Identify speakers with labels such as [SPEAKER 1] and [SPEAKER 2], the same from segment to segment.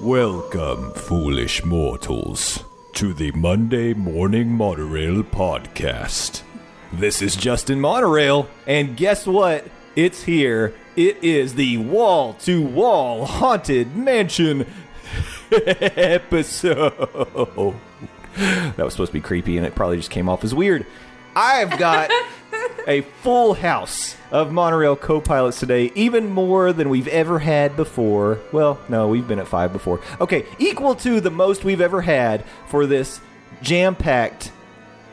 [SPEAKER 1] Welcome, foolish mortals, to the Monday Morning Monorail Podcast. This is Justin Monorail, and guess what? It's here. It is the wall to wall haunted mansion episode. That was supposed to be creepy, and it probably just came off as weird. I've got a full house of monorail co pilots today, even more than we've ever had before. Well, no, we've been at five before. Okay, equal to the most we've ever had for this jam packed,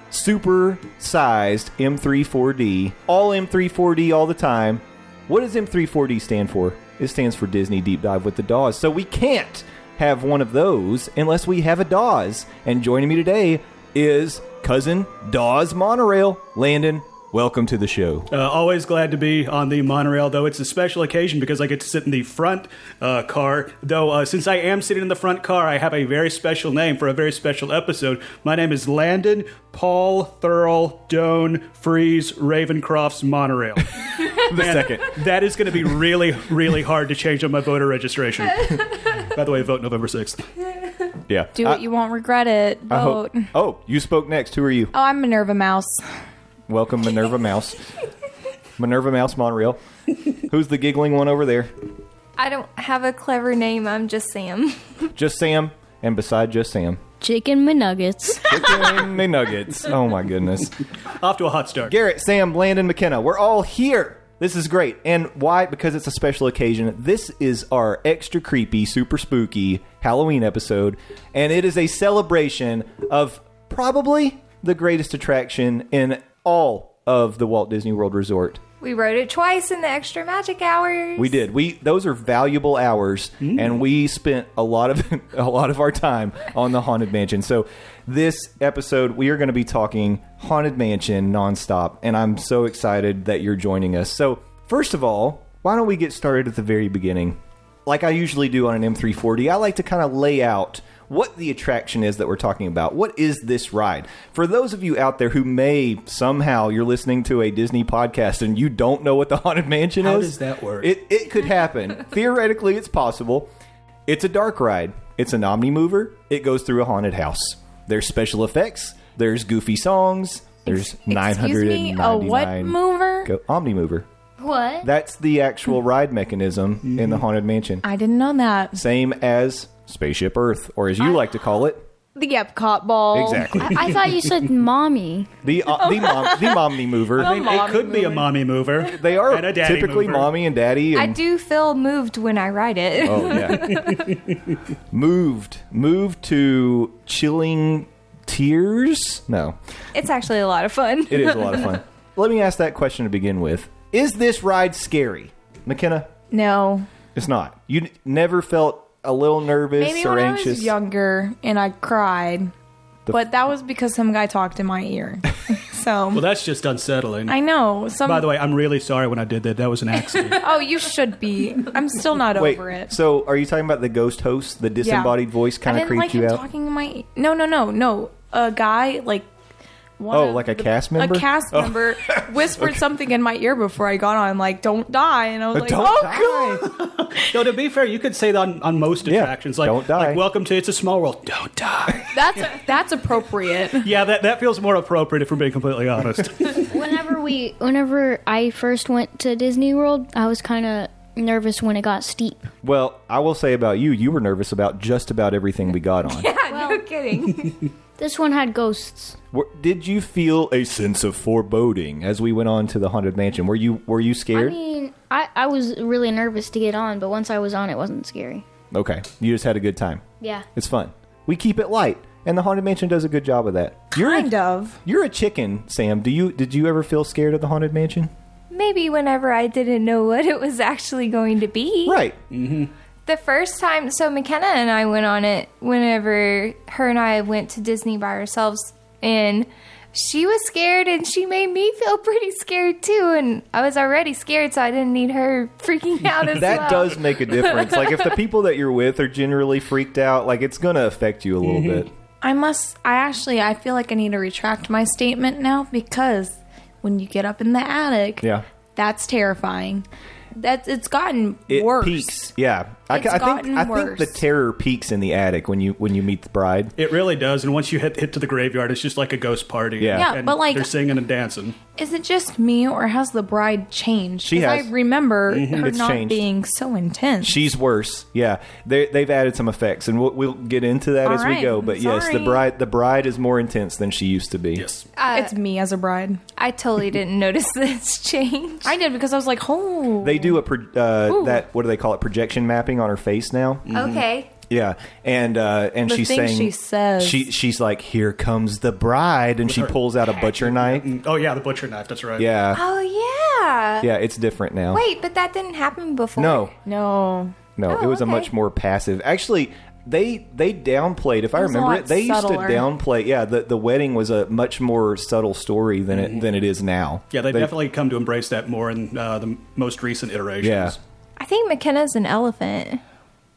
[SPEAKER 1] super sized M34D. All M34D all the time. What does M34D stand for? It stands for Disney Deep Dive with the Dawes. So we can't have one of those unless we have a Dawes. And joining me today is cousin Dawes Monorail. Landon, welcome to the show.
[SPEAKER 2] Uh, always glad to be on the monorail, though it's a special occasion because I get to sit in the front uh, car. Though, uh, since I am sitting in the front car, I have a very special name for a very special episode. My name is Landon Paul Thurl Doan Freeze Ravencroft's Monorail.
[SPEAKER 1] The second.
[SPEAKER 2] that is going to be really, really hard to change on my voter registration. By the way, vote November 6th.
[SPEAKER 1] Yeah.
[SPEAKER 3] Do
[SPEAKER 1] I-
[SPEAKER 3] it, you won't regret it.
[SPEAKER 1] I hope-
[SPEAKER 3] Vote.
[SPEAKER 1] Oh, you spoke next. Who are you?
[SPEAKER 3] Oh, I'm Minerva Mouse.
[SPEAKER 1] Welcome, Minerva Mouse. Minerva Mouse Monorail. Who's the giggling one over there?
[SPEAKER 4] I don't have a clever name. I'm just Sam.
[SPEAKER 1] Just Sam, and beside just Sam,
[SPEAKER 5] Chicken McNuggets.
[SPEAKER 1] chicken nuggets. Oh my goodness.
[SPEAKER 2] Off to a hot start.
[SPEAKER 1] Garrett, Sam, Landon, McKenna, we're all here. This is great. And why? Because it's a special occasion. This is our extra creepy, super spooky Halloween episode, and it is a celebration of probably the greatest attraction in all of the Walt Disney World Resort.
[SPEAKER 4] We wrote it twice in the extra magic hours.
[SPEAKER 1] We did. We those are valuable hours, and we spent a lot of a lot of our time on the haunted mansion. So this episode, we are going to be talking haunted mansion nonstop, and I'm so excited that you're joining us. So first of all, why don't we get started at the very beginning? Like I usually do on an M340, I like to kind of lay out what the attraction is that we're talking about. What is this ride? For those of you out there who may somehow you're listening to a Disney podcast and you don't know what the Haunted Mansion
[SPEAKER 2] How
[SPEAKER 1] is,
[SPEAKER 2] does that work?
[SPEAKER 1] It it could happen. Theoretically, it's possible. It's a dark ride. It's an omni mover. It goes through a haunted house. There's special effects. There's goofy songs. There's nine
[SPEAKER 3] Excuse
[SPEAKER 1] hundred
[SPEAKER 3] me,
[SPEAKER 1] and
[SPEAKER 3] a
[SPEAKER 1] ninety
[SPEAKER 3] what
[SPEAKER 1] nine.
[SPEAKER 3] mover?
[SPEAKER 1] Go omni mover.
[SPEAKER 5] What?
[SPEAKER 1] That's the actual ride mechanism in the haunted mansion.
[SPEAKER 3] I didn't know that.
[SPEAKER 1] Same as Spaceship Earth, or as you like to call it,
[SPEAKER 3] The Epcot ball.
[SPEAKER 1] exactly
[SPEAKER 5] I, I thought you said mommy.
[SPEAKER 1] the uh, the mom, the mommy mover.
[SPEAKER 2] I mean, it could be a mommy mover.
[SPEAKER 1] they are
[SPEAKER 2] and a daddy
[SPEAKER 1] typically
[SPEAKER 2] mover.
[SPEAKER 1] mommy and daddy. And
[SPEAKER 4] I do feel moved when I write it.
[SPEAKER 1] Oh yeah. moved, moved to chilling tears. No,
[SPEAKER 4] It's actually a lot of fun.
[SPEAKER 1] it is a lot of fun. Let me ask that question to begin with: Is this ride scary, McKenna?
[SPEAKER 3] No.
[SPEAKER 1] It's not. You n- never felt a little nervous
[SPEAKER 3] Maybe
[SPEAKER 1] or
[SPEAKER 3] when
[SPEAKER 1] anxious.
[SPEAKER 3] I was younger and I cried. but that was because some guy talked in my ear. So
[SPEAKER 2] Well, that's just unsettling.
[SPEAKER 3] I know. Some.
[SPEAKER 2] By the way, I'm really sorry when I did that. That was an accident.
[SPEAKER 3] oh, you should be. I'm still not
[SPEAKER 1] Wait,
[SPEAKER 3] over it.
[SPEAKER 1] so are you talking about the ghost host? The disembodied voice kind
[SPEAKER 3] I
[SPEAKER 1] of
[SPEAKER 3] didn't
[SPEAKER 1] creeped
[SPEAKER 3] like
[SPEAKER 1] you
[SPEAKER 3] him
[SPEAKER 1] out?
[SPEAKER 3] talking to my. No, no, no, no. A guy like. one
[SPEAKER 1] Oh,
[SPEAKER 3] of
[SPEAKER 1] like a cast member?
[SPEAKER 3] A cast
[SPEAKER 1] Oh.
[SPEAKER 3] member whispered something in my ear before I got on, like "Don't die," and I was like,
[SPEAKER 1] Uh, Don't
[SPEAKER 3] "Oh
[SPEAKER 1] die.
[SPEAKER 3] god!"
[SPEAKER 2] no, to be fair, you could say that on, on most
[SPEAKER 1] Yeah,
[SPEAKER 2] attractions. Like,
[SPEAKER 1] don't die.
[SPEAKER 2] like, welcome to It's a Small World. Don't die.
[SPEAKER 3] That's that's appropriate.
[SPEAKER 2] yeah, that, that feels more appropriate if we're being completely honest.
[SPEAKER 5] whenever we, whenever I first went to Disney World, I was kind of nervous when it got steep.
[SPEAKER 1] Well, I will say about you, you were nervous about just about everything we got on.
[SPEAKER 4] no kidding.
[SPEAKER 5] This one had ghosts.
[SPEAKER 1] Were- Did you feel a sense of foreboding as we went on to the haunted mansion? Were you were you
[SPEAKER 5] I
[SPEAKER 1] scared?
[SPEAKER 5] mean, I, I was really nervous to get on, but once I was on, it wasn't scary.
[SPEAKER 1] okay, you just had a good time.
[SPEAKER 5] Yeah.
[SPEAKER 1] It's fun. We keep it light, and the haunted mansion does a good job of that. You're
[SPEAKER 3] Kind
[SPEAKER 1] a,
[SPEAKER 3] of.
[SPEAKER 1] You're a chicken, Sam. Do you did you ever feel scared of the haunted mansion?
[SPEAKER 4] Maybe whenever I didn't know what it was actually going to be.
[SPEAKER 1] Right.
[SPEAKER 4] The first time, so McKenna and I went on it whenever her and I went to Disney by ourselves, and she was scared and she made me feel pretty scared too. And I was already scared, so I didn't need her freaking out as
[SPEAKER 1] That
[SPEAKER 4] well.
[SPEAKER 1] does make a difference. like if the people that you're with are generally freaked out, like it's going to affect you a
[SPEAKER 3] Mm-hmm.
[SPEAKER 1] little bit.
[SPEAKER 3] I must. I actually. I feel like I need to retract my statement now because when you get up in the attic,
[SPEAKER 1] Yeah.
[SPEAKER 3] that's terrifying. That's it's gotten
[SPEAKER 1] It
[SPEAKER 3] worse.
[SPEAKER 1] peaks. Yeah. I,
[SPEAKER 3] It's
[SPEAKER 1] ca- I think
[SPEAKER 3] gotten
[SPEAKER 1] I think the
[SPEAKER 3] worse.
[SPEAKER 1] terror peaks in the attic when you when you meet the bride.
[SPEAKER 2] it really does. And once you hit, hit to the graveyard, it's just like a ghost party.
[SPEAKER 1] Yeah.
[SPEAKER 3] Yeah,
[SPEAKER 2] And
[SPEAKER 3] but, like-
[SPEAKER 2] They're singing and dancing.
[SPEAKER 3] Is it just me or has the bride changed?
[SPEAKER 1] She
[SPEAKER 3] 'Cause
[SPEAKER 1] has. Mm-hmm.
[SPEAKER 3] I remember her
[SPEAKER 1] It's
[SPEAKER 3] not
[SPEAKER 1] changed.
[SPEAKER 3] being so intense.
[SPEAKER 1] She's worse. Yeah, they, they've added some effects, and we'll, we'll get into that
[SPEAKER 3] All
[SPEAKER 1] as we
[SPEAKER 3] right.
[SPEAKER 1] go. But yes, the
[SPEAKER 3] Sorry.
[SPEAKER 1] bride the bride is more intense than she used to be.
[SPEAKER 2] Yes.
[SPEAKER 3] it's me as a bride.
[SPEAKER 4] I totally didn't notice this change.
[SPEAKER 3] I did because I was like, oh,
[SPEAKER 1] They do a pro, uh,
[SPEAKER 3] Ooh.
[SPEAKER 1] that what do they call it projection mapping on her face now?
[SPEAKER 4] Okay.
[SPEAKER 1] Yeah, and uh, and
[SPEAKER 3] The
[SPEAKER 1] she's
[SPEAKER 3] thing
[SPEAKER 1] saying
[SPEAKER 3] she says.
[SPEAKER 1] she she's like here comes the bride, and she pulls out a butcher knife.
[SPEAKER 2] Oh, yeah, the butcher knife. That's right.
[SPEAKER 3] Ah.
[SPEAKER 1] Yeah,
[SPEAKER 4] Oh yeah.
[SPEAKER 1] yeah, it's different now.
[SPEAKER 4] Wait, but that didn't happen before.
[SPEAKER 1] No,
[SPEAKER 3] no.
[SPEAKER 1] No,
[SPEAKER 4] Oh,
[SPEAKER 1] it was a
[SPEAKER 4] okay.
[SPEAKER 1] much more passive. Actually, they they downplayed. If I
[SPEAKER 3] It was a
[SPEAKER 1] remember
[SPEAKER 3] lot
[SPEAKER 1] it, they
[SPEAKER 3] subtler.
[SPEAKER 1] used to downplay. Yeah, the the wedding was a much more subtle story than it than it is now.
[SPEAKER 2] Yeah, they, definitely come to embrace that more in uh, the most recent iterations.
[SPEAKER 1] Yeah,
[SPEAKER 4] I think McKenna's an elephant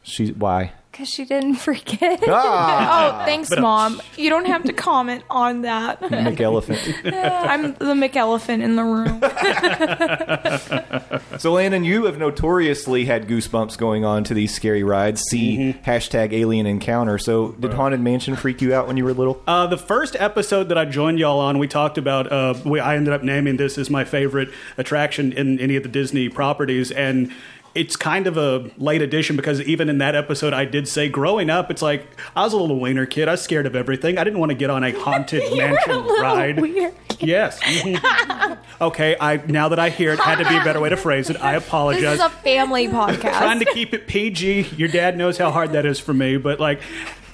[SPEAKER 1] she's why.
[SPEAKER 4] because she didn't forget.
[SPEAKER 1] Ah,
[SPEAKER 3] Oh, thanks,
[SPEAKER 2] but, uh,
[SPEAKER 3] mom. You don't have to comment on that.
[SPEAKER 1] McElephant.
[SPEAKER 3] I'm the McElephant in the room.
[SPEAKER 1] so, Landon, you have notoriously had goosebumps going on to these scary rides. See
[SPEAKER 2] Mm-hmm.
[SPEAKER 1] hashtag Alien Encounter. So, did Haunted Mansion freak you out when you were little?
[SPEAKER 2] Uh, the first episode that I joined y'all on, we talked about. Uh, we, I ended up naming this as my favorite attraction in any of the Disney properties, and it's kind of a late addition because even in that episode, I did say, growing up, it's like I was a little wiener kid. I was scared of everything. I didn't want to get on a haunted mansion ride. Yes. Mhm. okay. I now that I hear it, had to be a better way to phrase it. I apologize
[SPEAKER 3] This is a family podcast.
[SPEAKER 2] trying to keep it PG. Your dad knows how hard that is for me, but like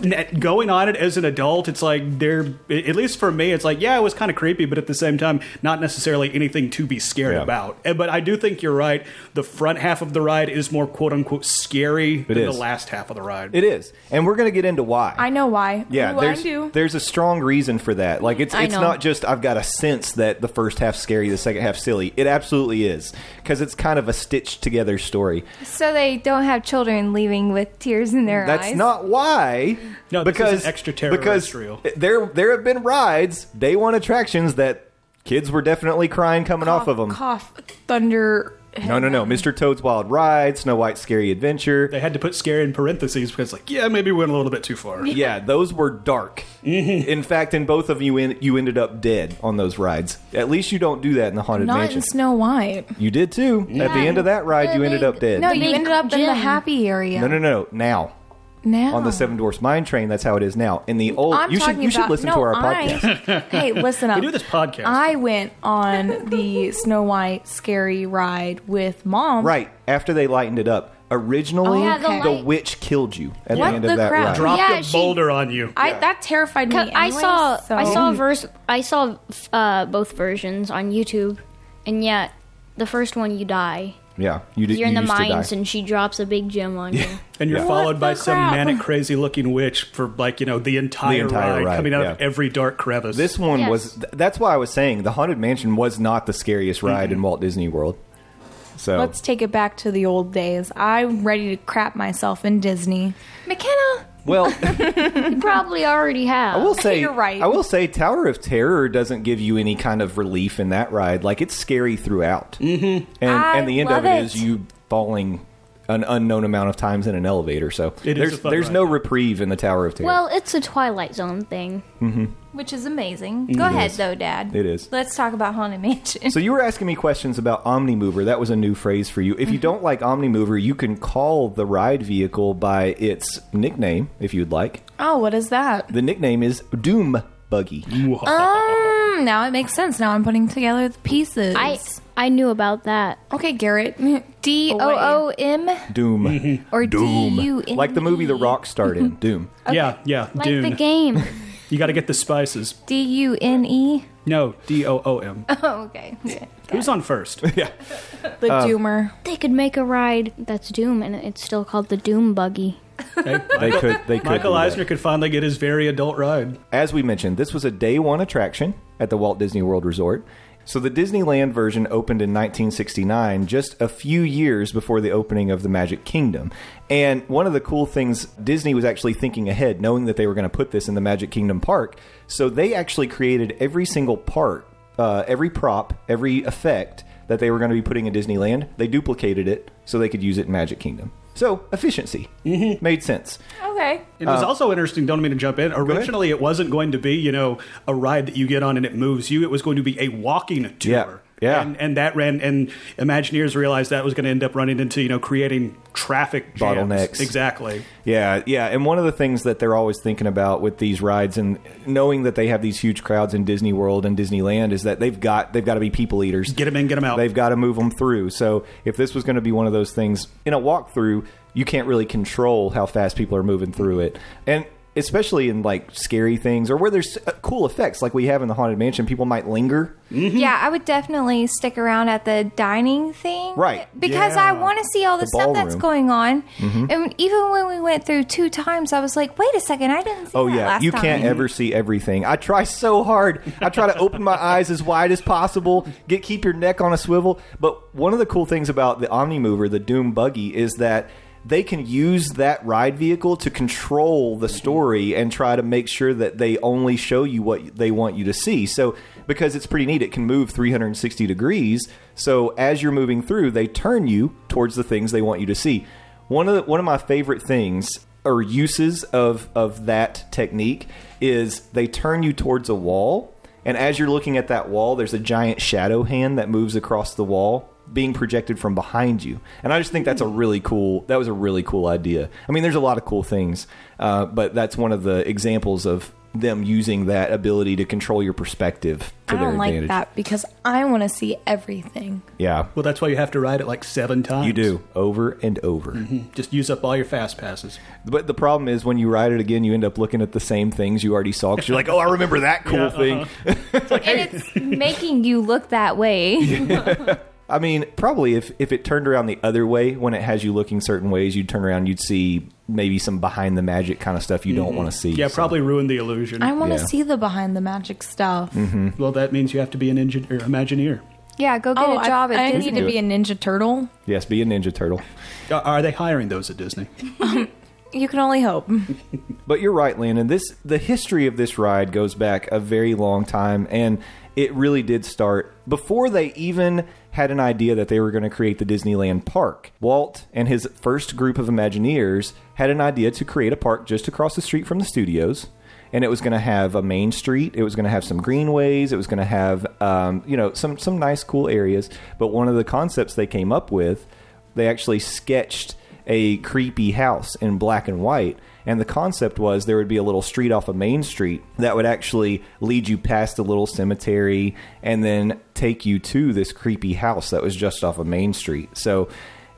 [SPEAKER 2] n- going on it as an adult, it's like there. At least for me, it's like yeah, it was kind of creepy, but at the same time, not necessarily anything to be scared
[SPEAKER 1] Yeah.
[SPEAKER 2] about. And- But I do think you're right. The front half of the ride is more quote unquote scary than
[SPEAKER 1] is.
[SPEAKER 2] the last half of the ride.
[SPEAKER 1] It is, and we're going to get into why.
[SPEAKER 3] I know why.
[SPEAKER 1] Yeah,
[SPEAKER 3] Ooh, I
[SPEAKER 1] there's
[SPEAKER 3] do.
[SPEAKER 1] there's a strong reason for that. Like it's
[SPEAKER 5] I
[SPEAKER 1] it's
[SPEAKER 5] know.
[SPEAKER 1] not just I've got a sense that the first half scary, the second half silly. It absolutely is because it's kind of a stitched together story.
[SPEAKER 4] So they don't have children leaving with tears in their
[SPEAKER 1] That's
[SPEAKER 4] eyes.
[SPEAKER 1] not why.
[SPEAKER 2] No, this
[SPEAKER 1] because
[SPEAKER 2] isn't extraterrestrial.
[SPEAKER 1] Because there there have been rides, day one attractions that kids were definitely crying coming off of them.
[SPEAKER 3] Cough, thunder.
[SPEAKER 1] No, no, no. Mr. Toad's Wild Ride, Snow White's Scary Adventure.
[SPEAKER 2] They had to put scary in parentheses because like yeah, maybe we went a little bit too far.
[SPEAKER 1] Yeah, those were dark.
[SPEAKER 2] Mm-hmm.
[SPEAKER 1] in fact, in both of you, in, you ended up dead on those rides. At least you don't do that in the haunted
[SPEAKER 3] Not
[SPEAKER 1] mansion.
[SPEAKER 3] in Snow White.
[SPEAKER 1] You did too. At the end of that ride, you
[SPEAKER 5] Yeah,
[SPEAKER 1] ended
[SPEAKER 5] they-
[SPEAKER 1] up dead.
[SPEAKER 3] No,
[SPEAKER 5] The
[SPEAKER 3] you
[SPEAKER 5] big
[SPEAKER 3] ended up in the
[SPEAKER 5] gym.
[SPEAKER 3] happy area.
[SPEAKER 1] no, no, no. Now
[SPEAKER 3] Now
[SPEAKER 1] on the Seven Dwarfs Mine Train, that's how it is now. In the old,
[SPEAKER 3] Oh. I'm
[SPEAKER 1] you should
[SPEAKER 3] talking
[SPEAKER 1] you should
[SPEAKER 3] about-
[SPEAKER 1] listen
[SPEAKER 3] no,
[SPEAKER 1] to our
[SPEAKER 3] I-
[SPEAKER 1] podcast.
[SPEAKER 3] hey, listen up.
[SPEAKER 2] do this podcast.
[SPEAKER 3] I went on the Snow White scary ride with mom.
[SPEAKER 1] Right after they lightened it up. Originally,
[SPEAKER 3] Oh, yeah,
[SPEAKER 5] the
[SPEAKER 1] the,
[SPEAKER 5] light-
[SPEAKER 1] witch killed you at
[SPEAKER 3] What
[SPEAKER 1] the end
[SPEAKER 3] the
[SPEAKER 1] of that
[SPEAKER 3] crap?
[SPEAKER 1] ride.
[SPEAKER 3] Drop-
[SPEAKER 2] Dropped
[SPEAKER 5] Yeah,
[SPEAKER 2] a
[SPEAKER 5] she-
[SPEAKER 2] boulder on you.
[SPEAKER 3] I that terrified me.
[SPEAKER 5] Co- I
[SPEAKER 3] anyway,
[SPEAKER 5] saw
[SPEAKER 3] so-
[SPEAKER 5] I
[SPEAKER 1] Mm-hmm.
[SPEAKER 5] saw verse I saw uh, both versions on YouTube, and yet the first one you die.
[SPEAKER 1] Yeah, you did.
[SPEAKER 5] You're in
[SPEAKER 1] you
[SPEAKER 5] the
[SPEAKER 1] used to die.
[SPEAKER 5] mines, and she drops a big gem on you.
[SPEAKER 2] And you're
[SPEAKER 1] Yeah.
[SPEAKER 2] followed by
[SPEAKER 3] the
[SPEAKER 2] some
[SPEAKER 3] crap?
[SPEAKER 2] manic, crazy looking witch for like, you know, the entire,
[SPEAKER 1] entire
[SPEAKER 2] ride,
[SPEAKER 1] ride,
[SPEAKER 2] coming out of
[SPEAKER 1] yeah.
[SPEAKER 2] every dark crevice.
[SPEAKER 1] This one
[SPEAKER 5] Yes.
[SPEAKER 1] was. th- That's why I was saying the haunted mansion was not the scariest ride in Walt Disney World. So
[SPEAKER 3] Let's take it back to the old days. I'm ready to crap myself in Disney.
[SPEAKER 4] McKenna,
[SPEAKER 1] well,
[SPEAKER 5] You probably already have.
[SPEAKER 1] I will say
[SPEAKER 3] You're right.
[SPEAKER 1] I will say Tower of Terror doesn't give you any kind of relief in that ride. Like it's scary throughout, mm-hmm. and
[SPEAKER 4] I
[SPEAKER 1] and the end of
[SPEAKER 4] love
[SPEAKER 1] it is
[SPEAKER 4] it.
[SPEAKER 1] you falling an unknown amount of times in an elevator. So
[SPEAKER 2] It is
[SPEAKER 1] there's
[SPEAKER 2] a fun
[SPEAKER 1] there's
[SPEAKER 2] ride.
[SPEAKER 1] no reprieve in the Tower of Terror.
[SPEAKER 5] Well, it's a Twilight Zone thing.
[SPEAKER 4] which is amazing. Go ahead though, Dad.
[SPEAKER 1] It is.
[SPEAKER 4] Let's talk about Haunted Mansion.
[SPEAKER 1] So you were asking me questions about Omnimover. That was a new phrase for you. If you don't like Omnimover, you can call the ride vehicle by its nickname if you'd like.
[SPEAKER 3] Oh, what is that?
[SPEAKER 1] The nickname is Doom Buggy.
[SPEAKER 3] Um, now it makes sense. Now I'm putting together the pieces.
[SPEAKER 5] I I knew about that.
[SPEAKER 3] okay, Garrett.
[SPEAKER 4] D O O M
[SPEAKER 1] Doom.
[SPEAKER 4] or D U N. E?
[SPEAKER 1] like the movie The Rock starred in, Doom.
[SPEAKER 2] yeah, yeah,
[SPEAKER 5] Like
[SPEAKER 2] Dune.
[SPEAKER 5] the game.
[SPEAKER 2] You got to get the spices.
[SPEAKER 4] D U N E.
[SPEAKER 2] No, D O O M.
[SPEAKER 4] Oh, okay. Yeah.
[SPEAKER 2] Who's on first?
[SPEAKER 3] The
[SPEAKER 1] Uh,
[SPEAKER 3] Doomer.
[SPEAKER 5] they could make a ride that's Doom, and it's still called the Doom Buggy.
[SPEAKER 2] Okay.
[SPEAKER 1] They could they could
[SPEAKER 2] Michael
[SPEAKER 1] do that.
[SPEAKER 2] Eisner could finally get his very adult ride.
[SPEAKER 1] As we mentioned, this was a day one attraction at the Walt Disney World Resort. So the Disneyland version opened in 1969, just a few years before the opening of the Magic Kingdom. And one of the cool things, Disney was actually thinking ahead, knowing that they were going to put this in the Magic Kingdom park. So they actually created every single part, uh, every prop, every effect that they were going to be putting in Disneyland. They duplicated it so they could use it in Magic Kingdom. So efficiency made sense.
[SPEAKER 4] Okay.
[SPEAKER 2] It
[SPEAKER 1] Oh.
[SPEAKER 2] was also interesting. Don't mean to jump in. Originally, it wasn't going to be you know a ride that you get on and it moves you. It was going to be a walking tour.
[SPEAKER 1] Yeah, yeah.
[SPEAKER 2] And, and that ran and Imagineers realized that was going to end up running into you know creating traffic jams.
[SPEAKER 1] Bottlenecks.
[SPEAKER 2] Exactly.
[SPEAKER 1] Yeah, yeah. And one of the things that they're always thinking about with these rides and knowing that they have these huge crowds in Disney World and Disneyland is that they've got they've got to be people eaters.
[SPEAKER 2] Get 'em in, get 'em out.
[SPEAKER 1] They've got to move them through. So if this was going to be one of those things in a walkthrough, you can't really control how fast people are moving through it. And especially in like scary things or where there's uh, cool effects like we have in the haunted mansion, people might linger.
[SPEAKER 4] Yeah, I would definitely stick around at the dining thing.
[SPEAKER 1] Right.
[SPEAKER 4] Because I
[SPEAKER 2] Yeah.
[SPEAKER 4] want to see all the,
[SPEAKER 1] The
[SPEAKER 4] stuff that's
[SPEAKER 1] ballroom. Mm-hmm.
[SPEAKER 4] going on. And even when we went through two times, I was like, wait a second, I didn't see
[SPEAKER 1] Oh
[SPEAKER 4] that
[SPEAKER 1] yeah,
[SPEAKER 4] last
[SPEAKER 1] you can't
[SPEAKER 4] time.
[SPEAKER 1] ever see everything. I try so hard. I try to open my eyes as wide as possible. Get keep your neck on a swivel. But one of the cool things about the Omni Mover, the Doom Buggy, is that they can use that ride vehicle to control
[SPEAKER 4] Mm-hmm.
[SPEAKER 1] the story and try to make sure that they only show you what they want you to see. So because it's pretty neat, it can move 360 degrees. So as you're moving through, they turn you towards the things they want you to see. One of the, one of my favorite things or uses of of that technique is they turn you towards a wall, and as you're looking at that wall, there's a giant shadow hand that moves across the wall, being projected from behind you. And I just think that's a really cool. That was a really cool idea. I mean, there's a lot of cool things, uh, but that's one of the examples of them using that ability to control your perspective to
[SPEAKER 3] I
[SPEAKER 1] their
[SPEAKER 3] don't like
[SPEAKER 1] advantage.
[SPEAKER 3] that because I want to see everything.
[SPEAKER 1] Yeah,
[SPEAKER 2] Well, that's why you have to ride it like seven times.
[SPEAKER 1] you do over and over.
[SPEAKER 2] Just use up all your fast passes.
[SPEAKER 1] But the problem is when you ride it again, you end up looking at the same things you already saw because you're like, oh, I remember that cool
[SPEAKER 2] uh,
[SPEAKER 1] thing.
[SPEAKER 4] And it's making you look that way.
[SPEAKER 1] I mean, probably if, if it turned around the other way, when it has you looking certain ways, you'd turn around, you'd see maybe some behind the magic kind of stuff you don't want to see.
[SPEAKER 2] Yeah,
[SPEAKER 1] so-
[SPEAKER 2] probably ruin the illusion.
[SPEAKER 3] I want to
[SPEAKER 1] Mm, Yeah. Mm.
[SPEAKER 3] see the behind the magic stuff.
[SPEAKER 2] well, that means you have to be an engineer, Imagineer.
[SPEAKER 4] Yeah, go get
[SPEAKER 3] Oh,
[SPEAKER 4] a job
[SPEAKER 3] I,
[SPEAKER 4] at
[SPEAKER 3] I
[SPEAKER 4] Disney.
[SPEAKER 3] need to be a Ninja Turtle.
[SPEAKER 1] Yes, be a Ninja Turtle.
[SPEAKER 2] Are- Uh, Are they hiring those at Disney?
[SPEAKER 3] You can only hope.
[SPEAKER 1] But you're right, Landon. This the history of this ride goes back a very long time, and it really did start before they even had an idea that they were going to create the Disneyland park. Walt and his first group of Imagineers had an idea to create a park just across the street from the studios. And it was going to have a main street. It was going to have some greenways. It was going to have, um, you know, some some nice, cool areas. But one of the concepts they came up with they actually sketched a creepy house in black and white and the concept was there would be a little street off of main street that would actually lead you past a little cemetery and then take you to this creepy house that was just off of main street so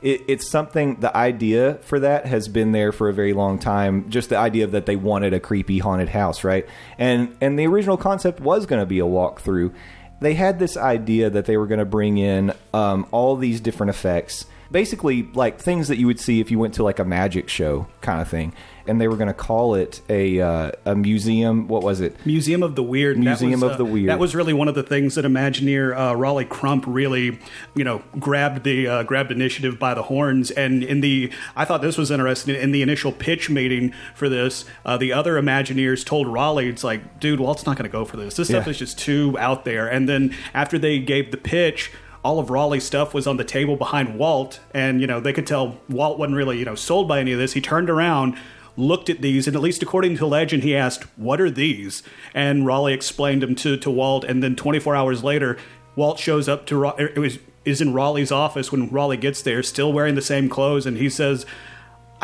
[SPEAKER 1] it, it's something the idea for that has been there for a very long time just the idea that they wanted a creepy haunted house right and and the original concept was going to be a walkthrough they had this idea that they were going to bring in um, all these different effects, basically like things that you would see if you went to like a magic show kind of thing, and they were going to call it a uh, a museum. What was it?
[SPEAKER 2] Museum of the Weird. and that
[SPEAKER 1] Museum
[SPEAKER 2] was, uh,
[SPEAKER 1] of the Weird.
[SPEAKER 2] That was really one of the things that Imagineer uh, Raleigh Crump really, you know, grabbed the uh, grabbed initiative by the horns. And in the, I thought this was interesting. In the initial pitch meeting for this, uh, the other Imagineers told Raleigh, "It's like, dude, Walt's not going to go for this. This stuff
[SPEAKER 1] Yeah.
[SPEAKER 2] is just too out there." And then after they gave the pitch. All of Raleigh's stuff was on the table behind Walt, and you know they could tell Walt wasn't really you know sold by any of this. He turned around, looked at these, and at least according to legend, he asked, What are these? And Raleigh explained them to, to Walt, and then 24 hours later, Walt shows up to, Ra- er, it was, is in Raleigh's office when Raleigh gets there, still wearing the same clothes, and he says,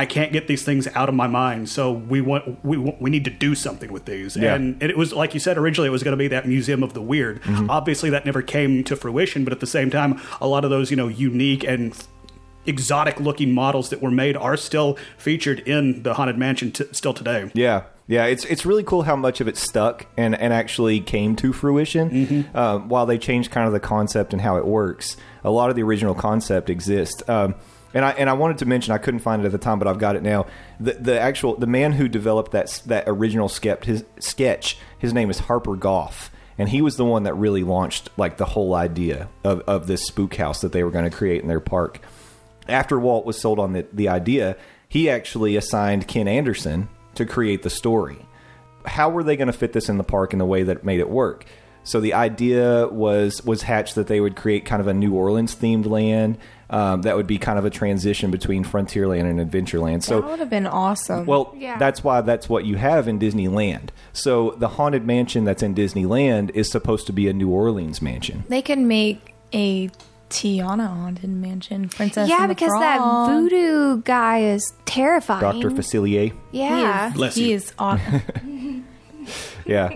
[SPEAKER 2] I can't get these things out of my mind, so we want we want- we need to do something with these.
[SPEAKER 1] Yeah.
[SPEAKER 2] And it was like you said originally, it was going to be that museum of the weird. Obviously, that never came to fruition, but at the same time, a lot of those you know unique and exotic looking models that were made are still featured in the haunted mansion t- still today.
[SPEAKER 1] Yeah, yeah. It's it's really cool how much of it stuck and and actually came to fruition. Uh, while they changed kind of the concept and how it works, a lot of the original concept exists. Um, and I and I wanted to mention I couldn't find it at the time, but I've got it now. The the actual the man who developed that s- that original skept, his, sketch, his name is Harper Goff. And he was the one that really launched like the whole idea of, of this spook house that they were going to create in their park after Walt was sold on the, the idea, he actually assigned Ken Anderson to create the story. How were they going to fit this in the park in the way that made it work? So the idea was was hatched that they would create kind of a New Orleans themed land um, that would be kind of a transition between Frontierland and Adventureland. So
[SPEAKER 3] That would have been awesome.
[SPEAKER 1] well,
[SPEAKER 4] Yeah.
[SPEAKER 1] that's why that's what you have in Disneyland. So the haunted mansion that's in Disneyland is supposed to be a New Orleans mansion.
[SPEAKER 3] they can make a Tiana haunted mansion, Princess.
[SPEAKER 4] yeah,
[SPEAKER 3] and the
[SPEAKER 4] because that
[SPEAKER 3] Frog.
[SPEAKER 4] voodoo guy is terrifying.
[SPEAKER 1] Dr. Facilier.
[SPEAKER 4] Yeah.
[SPEAKER 3] He is,
[SPEAKER 2] Bless
[SPEAKER 3] he
[SPEAKER 2] you.
[SPEAKER 3] is awesome.
[SPEAKER 1] Yeah.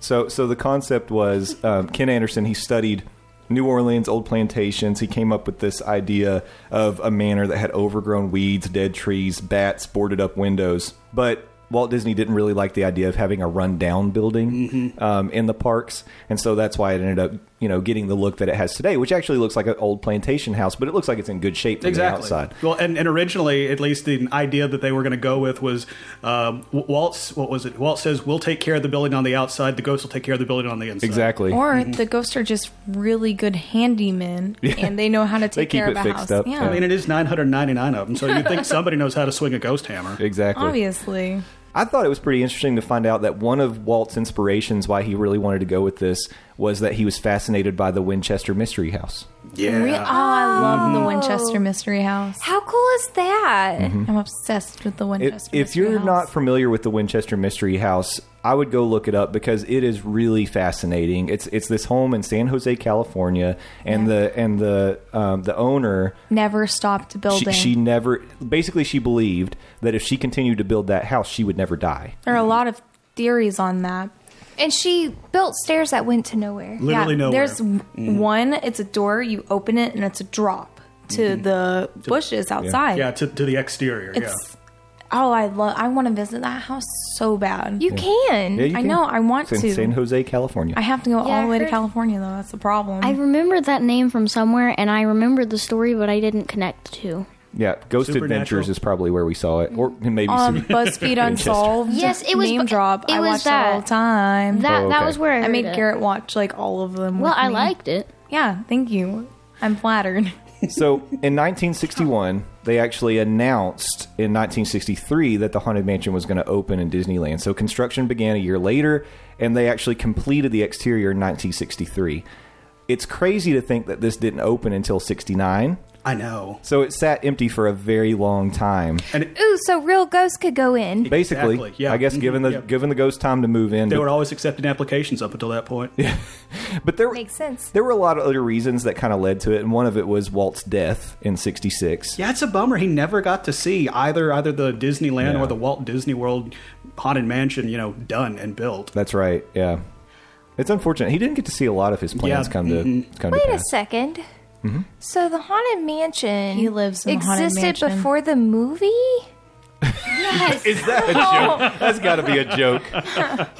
[SPEAKER 1] so so the concept was um, Ken Anderson. He studied New Orleans old plantations. He came up with this idea of a manor that had overgrown weeds, dead trees, bats, boarded up windows, but. Walt Disney didn't really like the idea of having a rundown building um, in the parks, and so that's why it ended up, you know, getting the look that it has today, which actually looks like an old plantation house, but it looks like it's in good shape from the outside.
[SPEAKER 2] Well, and, and originally, at least the idea that they were going to go with was um, Walt. What was it? Walt says, "We'll take care of the building on the outside. The ghost will take care of the building on the inside."
[SPEAKER 1] Exactly.
[SPEAKER 3] or the ghosts are just really good handymen, and they know how to take
[SPEAKER 1] keep
[SPEAKER 3] care
[SPEAKER 1] it
[SPEAKER 3] of a
[SPEAKER 1] fixed
[SPEAKER 3] house.
[SPEAKER 1] up,
[SPEAKER 3] Yeah,
[SPEAKER 2] I mean, it is 999 of them, so you'd think somebody knows how to swing a ghost hammer.
[SPEAKER 1] exactly.
[SPEAKER 3] obviously.
[SPEAKER 1] I thought it was pretty interesting to find out that one of Walt's inspirations why he really wanted to go with this was that he was fascinated by the Winchester Mystery House.
[SPEAKER 3] Re- oh, I love the Winchester Mystery House.
[SPEAKER 4] How cool is that?
[SPEAKER 3] I'm obsessed with the
[SPEAKER 1] If-
[SPEAKER 3] Winchester.
[SPEAKER 1] if
[SPEAKER 3] Mystery
[SPEAKER 1] you're
[SPEAKER 3] House.
[SPEAKER 1] not familiar with the Winchester Mystery House, I would go look it up because it is really fascinating. It's it's this home in San Jose, California, and the and the um, the owner
[SPEAKER 3] never stopped
[SPEAKER 1] she,
[SPEAKER 3] building.
[SPEAKER 1] she never basically she believed that if she continued to build that house, she would never die.
[SPEAKER 3] there are a lot of theories on that.
[SPEAKER 4] And she built stairs that went to nowhere.
[SPEAKER 2] Literally
[SPEAKER 3] yeah,
[SPEAKER 2] nowhere.
[SPEAKER 3] There's one. It's a door. You open it, and it's a drop to the bushes outside.
[SPEAKER 2] yeah, to, to the exterior.
[SPEAKER 3] It's oh, I love. I want to visit that house so bad.
[SPEAKER 4] You can.
[SPEAKER 1] Yeah, you
[SPEAKER 3] Mm-hmm. I
[SPEAKER 1] can.
[SPEAKER 3] know, I want
[SPEAKER 1] It's in
[SPEAKER 3] to.
[SPEAKER 1] San Jose, California.
[SPEAKER 3] I have to go
[SPEAKER 4] Yeah,
[SPEAKER 3] all
[SPEAKER 4] I
[SPEAKER 3] the way to
[SPEAKER 4] heard-
[SPEAKER 3] California though. That's the problem.
[SPEAKER 1] Mm.
[SPEAKER 5] I remember that name from somewhere, and I remembered the story, but I didn't connect the two.
[SPEAKER 1] yeah, Ghost
[SPEAKER 2] Supernatural.
[SPEAKER 1] Adventures is probably where we saw it, or maybe
[SPEAKER 3] on
[SPEAKER 1] Super-
[SPEAKER 3] BuzzFeed Unsolved.
[SPEAKER 5] Yes, it was-
[SPEAKER 3] name drop.
[SPEAKER 5] it
[SPEAKER 3] I
[SPEAKER 5] was
[SPEAKER 3] watched that. all
[SPEAKER 5] that.
[SPEAKER 3] the time.
[SPEAKER 5] That
[SPEAKER 1] Oh, okay.
[SPEAKER 5] that was where I,
[SPEAKER 3] I
[SPEAKER 5] heard
[SPEAKER 3] made
[SPEAKER 5] it.
[SPEAKER 3] Garrett watch like all of them.
[SPEAKER 5] Well,
[SPEAKER 3] with
[SPEAKER 5] I
[SPEAKER 3] me.
[SPEAKER 5] liked it.
[SPEAKER 3] Yeah, thank you. I'm flattered.
[SPEAKER 1] So in 1961, they actually announced in 1963 that the Haunted Mansion was going to open in Disneyland. So construction began a year later, and they actually completed the exterior in 1963. It's crazy to think that this didn't open until 69.
[SPEAKER 2] yeah, I know.
[SPEAKER 1] So it sat empty for a very long time.
[SPEAKER 4] Ooh, so real ghosts could go in.
[SPEAKER 1] Basically,
[SPEAKER 2] Exactly, yeah.
[SPEAKER 1] I guess
[SPEAKER 2] Mhm,
[SPEAKER 1] given the
[SPEAKER 2] yeah.
[SPEAKER 1] given the ghost time to move in,
[SPEAKER 2] They
[SPEAKER 1] but-
[SPEAKER 2] were always accepting applications up until that point.
[SPEAKER 1] But there
[SPEAKER 4] Makes sense.
[SPEAKER 1] There were a lot of other reasons that kind of led to it, and one of it was Walt's death in '66.
[SPEAKER 2] Yeah, it's a bummer. He never got to see either either the Disneyland
[SPEAKER 1] Yeah.
[SPEAKER 2] or the Walt Disney World haunted mansion, you know, done and built.
[SPEAKER 1] That's right. Yeah, it's unfortunate. He didn't get to see a lot of his plans
[SPEAKER 2] Yeah,
[SPEAKER 1] come to come to
[SPEAKER 4] Wait a
[SPEAKER 1] pass.
[SPEAKER 4] 2nd So the haunted mansion
[SPEAKER 3] He lives in the Haunted
[SPEAKER 4] existed
[SPEAKER 3] Mansion.
[SPEAKER 4] before the movie.
[SPEAKER 1] Is that a joke? That's got to be a joke.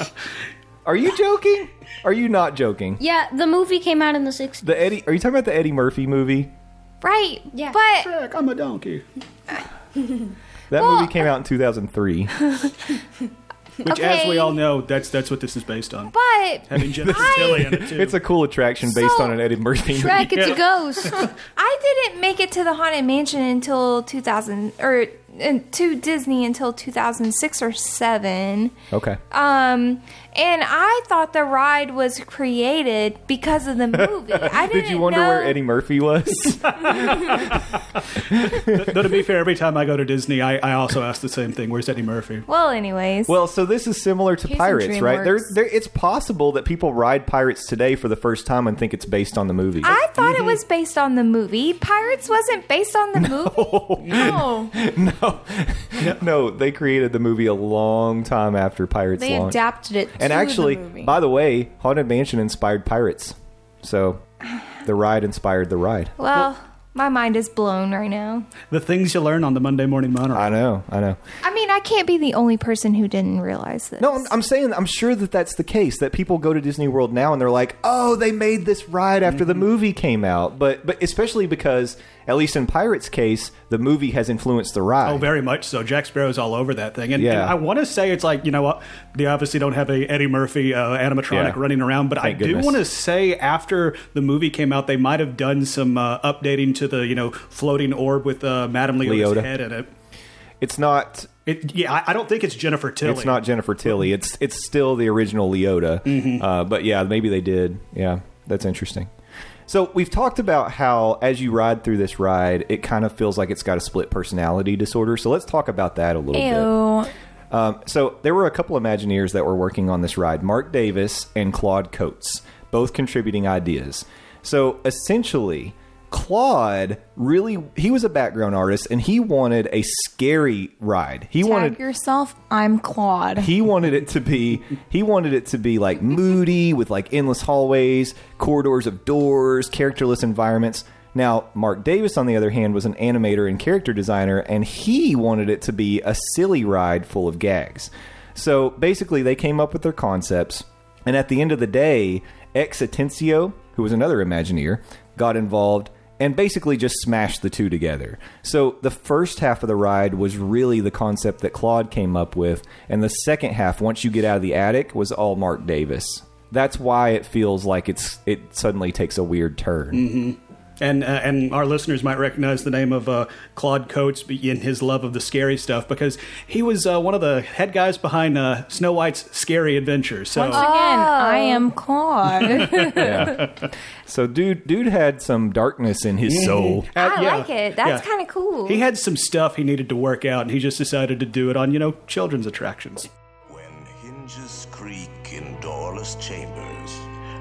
[SPEAKER 1] Are you joking? Are you not joking?
[SPEAKER 5] Yeah, the movie came out in the 60s.
[SPEAKER 1] The Eddie? Are you talking about the Eddie Murphy movie?
[SPEAKER 4] Right.
[SPEAKER 5] Yeah.
[SPEAKER 4] But
[SPEAKER 2] Frick, I'm a donkey.
[SPEAKER 1] That
[SPEAKER 4] Well-
[SPEAKER 1] movie came out in 2003.
[SPEAKER 2] Which, as
[SPEAKER 4] Okay.
[SPEAKER 2] we all know, that's that's what this is based on.
[SPEAKER 4] but
[SPEAKER 2] Having Jennifer Tilly in it too.
[SPEAKER 1] It's a cool attraction based
[SPEAKER 4] So-
[SPEAKER 1] on an Eddie Murphy movie.
[SPEAKER 5] Shrek, it's a ghost.
[SPEAKER 4] I didn't make it to the haunted mansion until 2000 or uh, to Disney until 2006 or 7.
[SPEAKER 1] Okay.
[SPEAKER 4] Um and I thought the ride was created because of the movie. I didn't
[SPEAKER 1] Did you wonder
[SPEAKER 4] know,
[SPEAKER 1] where Eddie Murphy was?
[SPEAKER 2] Though to be fair, every time I go to Disney, I, I also ask the same thing: Where's Eddie Murphy?
[SPEAKER 4] Well, anyways.
[SPEAKER 1] well, so this is similar to
[SPEAKER 3] He's in
[SPEAKER 1] Pirates, right? There,
[SPEAKER 3] DreamWorks.
[SPEAKER 1] there, it's possible that people ride Pirates today for the first time and think it's based on the movie.
[SPEAKER 4] I thought it was based on the movie. Pirates wasn't based on the movie.
[SPEAKER 3] No,
[SPEAKER 1] no, Oh, no, they created the movie a long time after Pirates
[SPEAKER 3] they
[SPEAKER 1] launched.
[SPEAKER 3] adapted it.
[SPEAKER 1] and
[SPEAKER 3] to
[SPEAKER 1] actually,
[SPEAKER 3] the movie.
[SPEAKER 1] by the way, Haunted Mansion inspired Pirates, so the ride inspired the ride.
[SPEAKER 4] Well, my mind is blown right now.
[SPEAKER 2] The things you learn on the Monday morning monorail.
[SPEAKER 1] I know, I know.
[SPEAKER 4] I mean, I can't be the only person who didn't realize this.
[SPEAKER 1] No, I'm, I'm saying I'm sure that that's the case. That people go to Disney World now and they're like, "Oh, they made this ride after
[SPEAKER 2] Mm-hmm.
[SPEAKER 1] the movie came out." But but especially because, at least in Pirates' case, the movie has influenced the ride.
[SPEAKER 2] Oh, very much so. Jack Sparrow's all over that thing, and,
[SPEAKER 1] Yeah.
[SPEAKER 2] and I want to say it's like you know what they obviously don't have a Eddie Murphy uh, animatronic
[SPEAKER 1] Yeah.
[SPEAKER 2] running around, but
[SPEAKER 1] Thank
[SPEAKER 2] I
[SPEAKER 1] goodness.
[SPEAKER 2] do want to say after the movie came out, they might have done some uh, updating to the you know floating orb with uh, Madame Leota's
[SPEAKER 1] Leota.
[SPEAKER 2] head in it.
[SPEAKER 1] It's not.
[SPEAKER 2] it yeah, I, I don't think it's Jennifer Tilly.
[SPEAKER 1] It's not Jennifer Tilly. It's it's still the original Leota. Uh, but yeah, maybe they did. Yeah, that's interesting. So we've talked about how as you ride through this ride, it kind of feels like it's got a split personality disorder. So let's talk about that a little bit.
[SPEAKER 3] Ew.
[SPEAKER 1] Um, so there were a couple Imagineers that were working on this ride: Mark Davis and Claude Coates, both contributing ideas. So essentially, Claude really—he was a background artist, and he wanted a scary ride. He wanted
[SPEAKER 3] Tag yourself. I'm Claude.
[SPEAKER 1] he wanted it to be he wanted it to be like moody with like endless hallways corridors of doors characterless environments now mark davis on the other hand was an animator and character designer and he wanted it to be a silly ride full of gags so basically they came up with their concepts and at the end of the day exitencio who was another imagineer got involved and basically just smashed the two together. So the first half of the ride was really the concept that Claude came up with, and the second half, once you get out of the attic, was all Mark Davis. That's why it feels like it's it suddenly takes a weird turn.
[SPEAKER 2] And uh, and our listeners might recognize the name of uh, Claude Coates in his love of the scary stuff because he was uh, one of the head guys behind uh, Snow White's Scary Adventure. So
[SPEAKER 1] Oh.
[SPEAKER 3] Once again, I am Claude.
[SPEAKER 1] So dude dude had some darkness in his soul.
[SPEAKER 2] Uh,
[SPEAKER 4] I like it. That's
[SPEAKER 2] yeah.
[SPEAKER 4] kind of cool.
[SPEAKER 2] He had some stuff he needed to work out, and he just decided to do it on, you know, children's attractions.
[SPEAKER 6] When hinges creak in doorless chambers,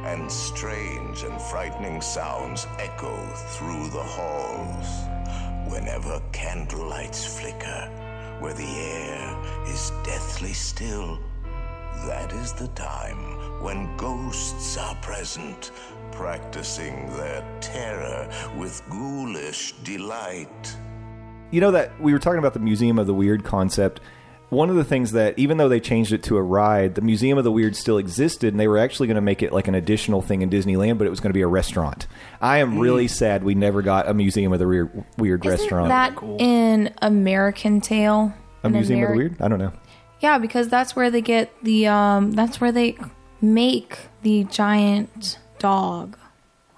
[SPEAKER 6] and strange and frightening sounds echo through the halls, whenever candlelights flicker, where the air is deathly still, that is the time when ghosts are present, practicing their terror with ghoulish delight.
[SPEAKER 1] You know that we were talking about the Museum of the Weird concept. One of the things that, even though they changed it to a ride, the Museum of the Weird still existed, and they were actually going to make it like an additional thing in Disneyland, but it was going to be a restaurant. I
[SPEAKER 3] Mm.
[SPEAKER 1] am really sad we never got a Museum of the Weird, weird restaurant.
[SPEAKER 3] that in American Tale.
[SPEAKER 1] a
[SPEAKER 3] An
[SPEAKER 1] Museum of
[SPEAKER 3] Ameri-
[SPEAKER 1] the Weird? I don't know.
[SPEAKER 3] Yeah, because that's where they get the um that's where they make the giant dog.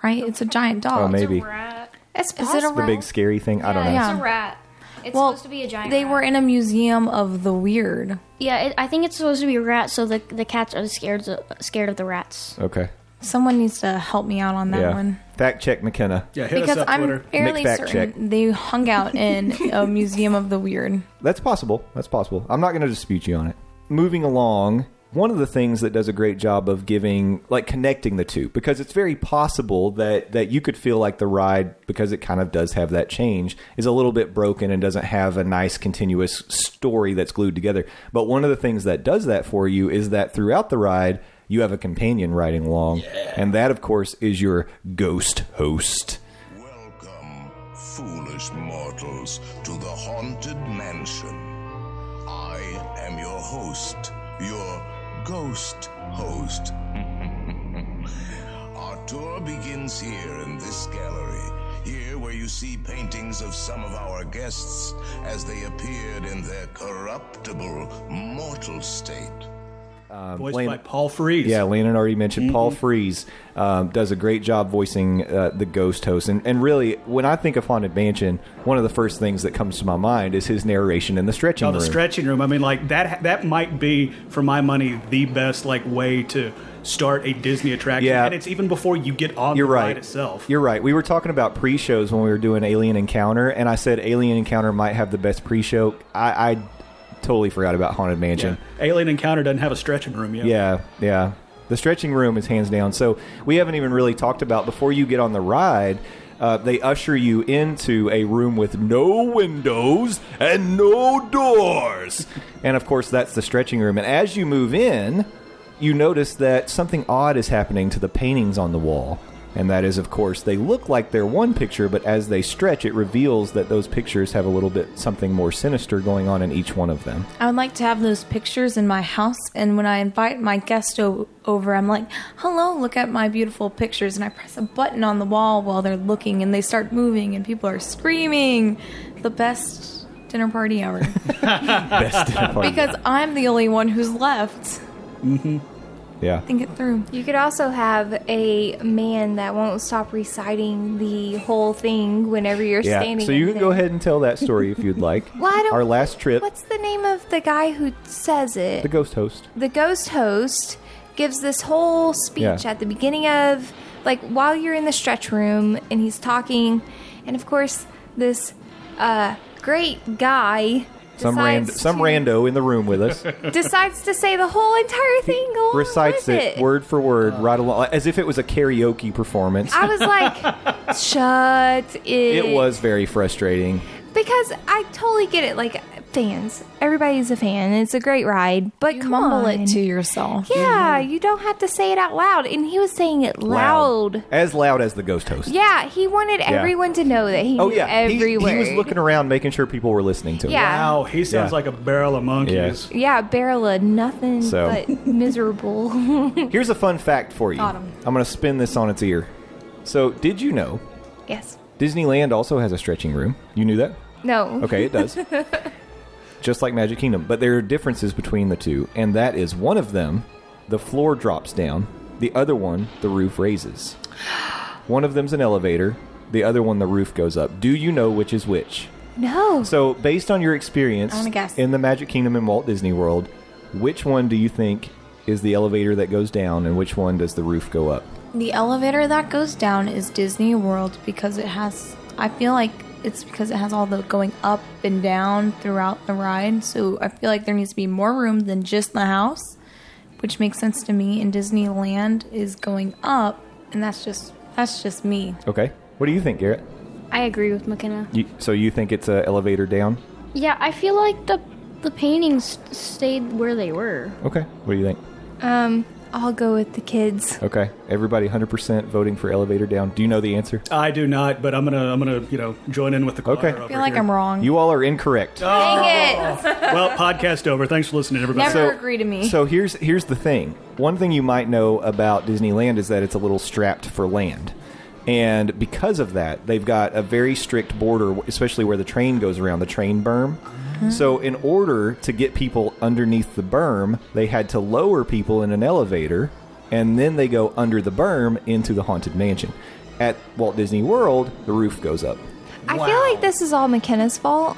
[SPEAKER 3] Right? It's a giant dog.
[SPEAKER 1] Oh, maybe
[SPEAKER 5] rat.
[SPEAKER 4] It's
[SPEAKER 3] Is it a
[SPEAKER 4] possible.
[SPEAKER 1] the big scary thing. I don't know.
[SPEAKER 3] Yeah.
[SPEAKER 5] It's a rat. It's
[SPEAKER 3] Well,
[SPEAKER 5] supposed to be a giant
[SPEAKER 3] They
[SPEAKER 5] rat.
[SPEAKER 3] were in a museum of the weird.
[SPEAKER 5] Yeah, it, I think it's supposed to be a rat, so the, the cats are scared, of- scared of the rats.
[SPEAKER 1] Okay.
[SPEAKER 3] Someone needs to help me out on that
[SPEAKER 1] yeah.
[SPEAKER 3] one.
[SPEAKER 1] Fact check McKenna.
[SPEAKER 2] Yeah, hit
[SPEAKER 3] Because
[SPEAKER 2] us up
[SPEAKER 3] I'm
[SPEAKER 2] Twitter.
[SPEAKER 3] fairly
[SPEAKER 1] Mick fact
[SPEAKER 3] certain
[SPEAKER 1] check.
[SPEAKER 3] they hung out in a museum of the weird.
[SPEAKER 1] That's possible. That's possible. I'm not going to dispute you on it. Moving along, one of the things that does a great job of giving, like connecting the two, because it's very possible that that you could feel like the ride, because it kind of does have that change, is a little bit broken and doesn't have a nice continuous story that's glued together. But one of the things that does that for you is that throughout the ride, you have a companion riding along, and that, of course, is your ghost host.
[SPEAKER 6] Welcome, foolish mortals, to the Haunted Mansion. I am your host, your ghost host. Our tour begins here in this gallery, here where you see paintings of some of our guests as they appeared in their corruptible, mortal state.
[SPEAKER 2] Voiced
[SPEAKER 1] Blaine-
[SPEAKER 2] by Paul Frees.
[SPEAKER 1] Yeah, Landon already mentioned Paul
[SPEAKER 2] Mm-hmm.
[SPEAKER 1] Frees um, does a great job voicing uh, the ghost host, and and really, when I think of Haunted Mansion, one of the first things that comes to my mind is his narration in the stretching
[SPEAKER 2] Oh, the
[SPEAKER 1] room.
[SPEAKER 2] stretching room. I mean, like that. That might be, for my money, the best like way to start a Disney attraction.
[SPEAKER 1] Yeah.
[SPEAKER 2] and it's even before you get on
[SPEAKER 1] You're
[SPEAKER 2] the
[SPEAKER 1] right.
[SPEAKER 2] ride itself.
[SPEAKER 1] You're right. We were talking about pre-shows when we were doing Alien Encounter, and I said Alien Encounter might have the best pre-show. I, I totally forgot about Haunted Mansion.
[SPEAKER 2] Yeah. Alien Encounter doesn't have a stretching room yet.
[SPEAKER 1] Yeah, yeah. The stretching room is hands down. So we haven't even really talked about before you get on the ride. Uh, they usher you into a room with no windows and no doors. and of course, that's the stretching room. And as you move in, you notice that something odd is happening to the paintings on the wall. And that is, of course, they look like they're one picture, but as they stretch, it reveals that those pictures have a little bit something more sinister going on in each one of them.
[SPEAKER 3] I would like to have those pictures in my house, and when I invite my guest o- over, I'm like, "Hello, look at my beautiful pictures," and I press a button on the wall while they're looking, and they start moving, and people are screaming. The best dinner party ever
[SPEAKER 1] Best dinner party.
[SPEAKER 3] because I'm the only one who's left.
[SPEAKER 1] yeah.
[SPEAKER 3] Think it through.
[SPEAKER 4] You could also have a man that won't stop reciting the whole thing whenever you're standing.
[SPEAKER 1] So you
[SPEAKER 4] in
[SPEAKER 1] can go
[SPEAKER 4] thing.
[SPEAKER 1] ahead and tell that story if you'd like.
[SPEAKER 4] Well, I don't-
[SPEAKER 1] Our last trip,
[SPEAKER 4] What's the name of the guy who says it?
[SPEAKER 1] the ghost host.
[SPEAKER 4] the ghost host gives this whole speech
[SPEAKER 1] Yeah.
[SPEAKER 4] at the beginning of like while you're in the stretch room and he's talking and of course this uh great guy
[SPEAKER 1] Some rand,
[SPEAKER 4] decides
[SPEAKER 1] some
[SPEAKER 4] to-
[SPEAKER 1] rando in the room with us
[SPEAKER 4] decides to say the whole entire thing along
[SPEAKER 1] recites
[SPEAKER 4] with
[SPEAKER 1] it, word for word, right along, as if it was a karaoke performance.
[SPEAKER 4] I was like shut it
[SPEAKER 1] it was very frustrating.
[SPEAKER 4] because I totally get it like fans everybody's a fan it's a great ride but come
[SPEAKER 3] Mumble
[SPEAKER 4] on.
[SPEAKER 3] it to yourself.
[SPEAKER 4] yeah you don't have to say it out loud and he was saying it loud.
[SPEAKER 1] as loud as the ghost host.
[SPEAKER 4] Yeah, he wanted everyone to know that he
[SPEAKER 1] Oh
[SPEAKER 4] knew
[SPEAKER 1] yeah, He-
[SPEAKER 4] every
[SPEAKER 1] he,
[SPEAKER 4] word.
[SPEAKER 1] was looking around, making sure people were listening to him.
[SPEAKER 4] Yeah.
[SPEAKER 2] Wow, he sounds
[SPEAKER 1] Yeah.
[SPEAKER 2] like a barrel of monkeys.
[SPEAKER 4] yeah, barrel of nothing
[SPEAKER 1] So.
[SPEAKER 4] but miserable.
[SPEAKER 1] Here's a fun fact for you.
[SPEAKER 3] Autumn.
[SPEAKER 1] I'm going to spin this on its ear. So, did you know
[SPEAKER 4] yes.
[SPEAKER 1] Disneyland also has a stretching room? You knew that?
[SPEAKER 4] No.
[SPEAKER 1] Okay, it does. Just like Magic Kingdom, but there are differences between the two, and that is one of them, the floor drops down, the other one, the roof raises. One of them's an elevator, the other one, the roof goes up. Do you know which is which?
[SPEAKER 4] No.
[SPEAKER 1] So, based on your experience
[SPEAKER 3] I wanna guess.
[SPEAKER 1] in the Magic Kingdom and Walt Disney World, which one do you think is the elevator that goes down, and which one does the roof go up?
[SPEAKER 3] The elevator that goes down is Disney World because it has. I feel like it's because it has all the going up and down throughout the ride. So I feel like there needs to be more room than just the house, which makes sense to me. And Disneyland is going up, and that's just that's just me.
[SPEAKER 1] Okay, what do you think, Garrett?
[SPEAKER 5] I agree with McKenna.
[SPEAKER 1] You, so, you think it's an elevator down?
[SPEAKER 5] Yeah, I feel like the the paintings stayed where they were.
[SPEAKER 1] Okay, what do you think?
[SPEAKER 4] Um, I'll go with the kids.
[SPEAKER 1] Okay, everybody, hundred percent voting for elevator down. Do you know the answer?
[SPEAKER 2] I do not, but I'm gonna I'm gonna you know join in with the choir
[SPEAKER 1] Okay.
[SPEAKER 2] over
[SPEAKER 3] I feel like
[SPEAKER 2] here.
[SPEAKER 3] I'm wrong.
[SPEAKER 1] You all are incorrect.
[SPEAKER 3] Dang it!
[SPEAKER 2] well, podcast over. Thanks for listening, everybody.
[SPEAKER 3] Never agree to me.
[SPEAKER 1] So here's here's the thing. One thing you might know about Disneyland is that it's a little strapped for land. And because of that, they've got a very strict border, especially where the train goes around, the train berm.
[SPEAKER 3] Mm-hmm.
[SPEAKER 1] So, in order to get people underneath the berm, they had to lower people in an elevator, and then they go under the berm into the Haunted Mansion. At Walt Disney World, the roof goes up.
[SPEAKER 4] I feel like this is all McKenna's fault.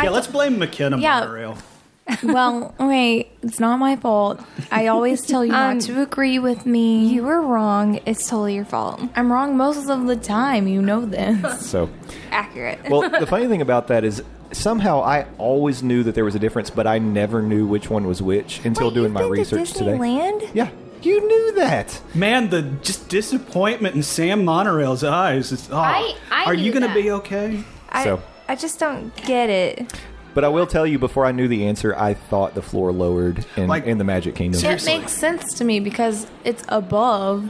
[SPEAKER 2] yeah, let's blame McKenna
[SPEAKER 3] Yeah.
[SPEAKER 2] Monorail.
[SPEAKER 3] well, wait, it's not my fault. I always tell you
[SPEAKER 4] Um,
[SPEAKER 3] not to agree with me.
[SPEAKER 4] You were wrong. It's totally your fault.
[SPEAKER 3] I'm wrong most of the time. You know this.
[SPEAKER 1] So,
[SPEAKER 4] Accurate.
[SPEAKER 1] well, the funny thing about that is somehow I always knew that there was a difference, but I never knew which one was which until
[SPEAKER 4] Wait,
[SPEAKER 1] doing
[SPEAKER 4] you've
[SPEAKER 1] my
[SPEAKER 4] been to
[SPEAKER 1] research today.
[SPEAKER 4] Disneyland?
[SPEAKER 1] Yeah, you knew that.
[SPEAKER 2] Man, the just disappointment in Sam Monorail's eyes. It's, oh,
[SPEAKER 5] I- I
[SPEAKER 2] are
[SPEAKER 5] knew
[SPEAKER 2] you gonna
[SPEAKER 5] that.
[SPEAKER 2] be okay?
[SPEAKER 4] I,
[SPEAKER 1] So.
[SPEAKER 4] I just don't get it.
[SPEAKER 1] But I will tell you, before I knew the answer, I thought the floor lowered in,
[SPEAKER 2] Like-
[SPEAKER 1] in the Magic Kingdom.
[SPEAKER 3] It makes sense to me because it's
[SPEAKER 1] Mm-hmm.
[SPEAKER 3] above.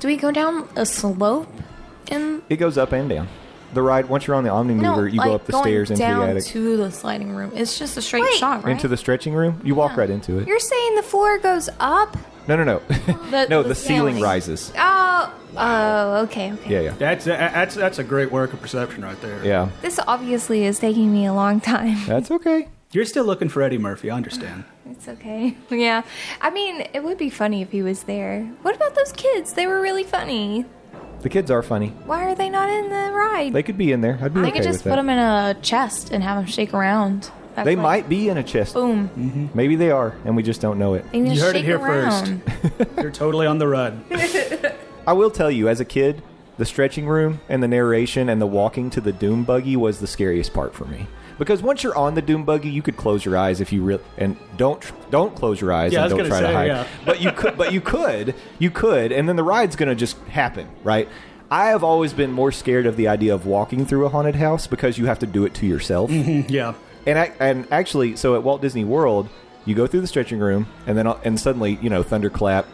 [SPEAKER 3] Do we go down a slope? And
[SPEAKER 1] It goes up and down. the ride once you're on the Omnimover,
[SPEAKER 3] No,
[SPEAKER 1] you
[SPEAKER 3] like
[SPEAKER 1] go up the
[SPEAKER 3] going
[SPEAKER 1] stairs into the
[SPEAKER 3] down
[SPEAKER 1] attic,
[SPEAKER 3] to the sliding room. It's just a straight
[SPEAKER 4] Wait.
[SPEAKER 3] shot, right?
[SPEAKER 1] into the stretching room. You walk right into it.
[SPEAKER 4] You're saying the floor goes up?
[SPEAKER 1] No, no, no, no. The,
[SPEAKER 3] the
[SPEAKER 1] ceiling
[SPEAKER 3] ceiling.
[SPEAKER 1] rises.
[SPEAKER 4] Oh, oh, okay, okay.
[SPEAKER 1] Yeah, yeah,
[SPEAKER 2] That's that's that's a great work of perception right there.
[SPEAKER 1] yeah.
[SPEAKER 4] This obviously is taking me a long time.
[SPEAKER 1] That's okay.
[SPEAKER 2] You're still looking for Eddie Murphy. I understand.
[SPEAKER 4] It's okay. Yeah. I mean, it would be funny if he was there. What about those kids? They were really funny.
[SPEAKER 1] The kids are funny.
[SPEAKER 4] Why are they not in the ride?
[SPEAKER 1] They could be in there. I'd be
[SPEAKER 3] They
[SPEAKER 1] okay
[SPEAKER 3] could
[SPEAKER 1] with
[SPEAKER 3] just
[SPEAKER 1] that.
[SPEAKER 3] put them in a chest and have them shake around. That's
[SPEAKER 1] they
[SPEAKER 3] what-
[SPEAKER 1] might be in a chest. Mm-hmm.
[SPEAKER 3] Boom.
[SPEAKER 1] Maybe they are, and we just don't know it.
[SPEAKER 3] They need to
[SPEAKER 2] You heard it
[SPEAKER 3] shake
[SPEAKER 2] here
[SPEAKER 3] around.
[SPEAKER 2] first. You're totally on the run.
[SPEAKER 1] I will tell you, as a kid, the stretching room and the narration and the walking to the doom buggy was the scariest part for me. Because once you're on the doom buggy, you could close your eyes if you really and don't tr- don't close your eyes
[SPEAKER 2] Yeah, I
[SPEAKER 1] and
[SPEAKER 2] was
[SPEAKER 1] don't
[SPEAKER 2] gonna
[SPEAKER 1] try to
[SPEAKER 2] say,
[SPEAKER 1] hide.
[SPEAKER 2] yeah.
[SPEAKER 1] But you could, but you could, you could, and then the ride's gonna just happen, right? I have always been more scared of the idea of walking through a haunted house because you have to do it to yourself.
[SPEAKER 2] Yeah.
[SPEAKER 1] And I, and actually, so at Walt Disney World, you go through the stretching room, and then and suddenly, you know, thunderclap.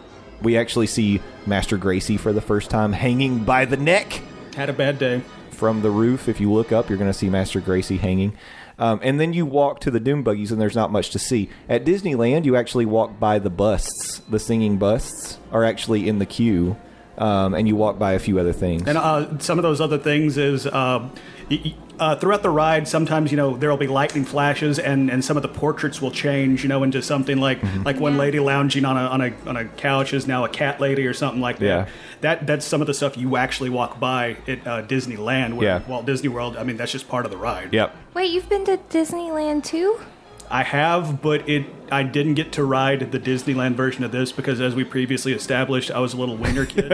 [SPEAKER 1] We actually see Master Gracie for the first time hanging by the neck
[SPEAKER 2] Had a bad day.
[SPEAKER 1] from the roof. If you look up, you're going to see Master Gracie hanging. Um, and then you walk to the Doom Buggies, and there's not much to see. At Disneyland, you actually walk by the busts. The singing busts are actually in the queue, um, and you walk by a few other things.
[SPEAKER 2] And uh, some of those other things is uh, y- y- uh, throughout the ride, sometimes you know there will be lightning flashes, and, and some of the portraits will change, you know, into something like
[SPEAKER 1] Mm-hmm.
[SPEAKER 2] like one lady lounging on a, on a on a couch is now a cat lady or something like that.
[SPEAKER 1] Yeah.
[SPEAKER 2] That that's some of the stuff you actually walk by at uh, Disneyland, where
[SPEAKER 1] Yeah.
[SPEAKER 2] Walt Disney World. I mean, that's just part of the ride.
[SPEAKER 1] yep.
[SPEAKER 4] Wait, you've been to Disneyland too?
[SPEAKER 2] I have, but it I didn't get to ride the Disneyland version of this because, as we previously established, I was a little wiener kid,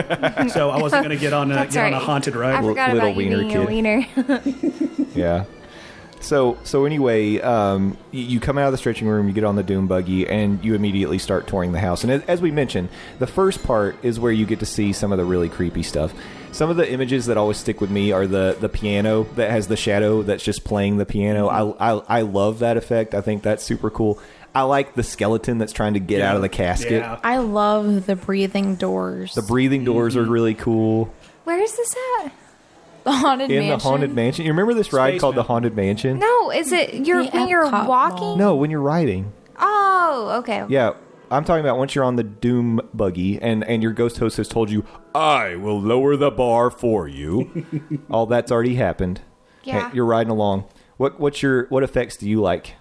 [SPEAKER 2] so I wasn't going to get on a
[SPEAKER 4] That's
[SPEAKER 2] get on a
[SPEAKER 4] right.
[SPEAKER 2] haunted ride.
[SPEAKER 4] I forgot
[SPEAKER 1] little
[SPEAKER 4] about you
[SPEAKER 1] wiener
[SPEAKER 4] being
[SPEAKER 1] kid.
[SPEAKER 4] a wiener.
[SPEAKER 1] Yeah. So so anyway, um, y- you come out of the stretching room, you get on the doom buggy, and you immediately start touring the house. And as, as we mentioned, the first part is where you get to see some of the really creepy stuff. Some of the images that always stick with me are the the piano that has the shadow that's just playing the piano. I
[SPEAKER 2] Mm-hmm.
[SPEAKER 1] I, I love that effect. I think that's super cool. I like the skeleton that's trying to get out of the casket.
[SPEAKER 2] Yeah.
[SPEAKER 3] I love the breathing doors.
[SPEAKER 1] The breathing doors
[SPEAKER 2] Mm-hmm.
[SPEAKER 1] are really cool.
[SPEAKER 4] Where is this at?
[SPEAKER 3] The haunted
[SPEAKER 1] In
[SPEAKER 3] mansion.
[SPEAKER 1] the haunted mansion, you remember this ride
[SPEAKER 2] Space
[SPEAKER 1] called the
[SPEAKER 2] Mountain.
[SPEAKER 1] haunted mansion?
[SPEAKER 4] No, is it you're
[SPEAKER 3] The
[SPEAKER 4] when you're
[SPEAKER 3] Epcot
[SPEAKER 4] walking?
[SPEAKER 1] no when you're riding.
[SPEAKER 4] Oh, okay.
[SPEAKER 1] Yeah, I'm talking about once you're on the doom buggy and and your ghost host has told you, "I will lower the bar for you." All that's already happened.
[SPEAKER 4] Yeah.
[SPEAKER 1] Hey, you're riding along. What what's your what effects do you like?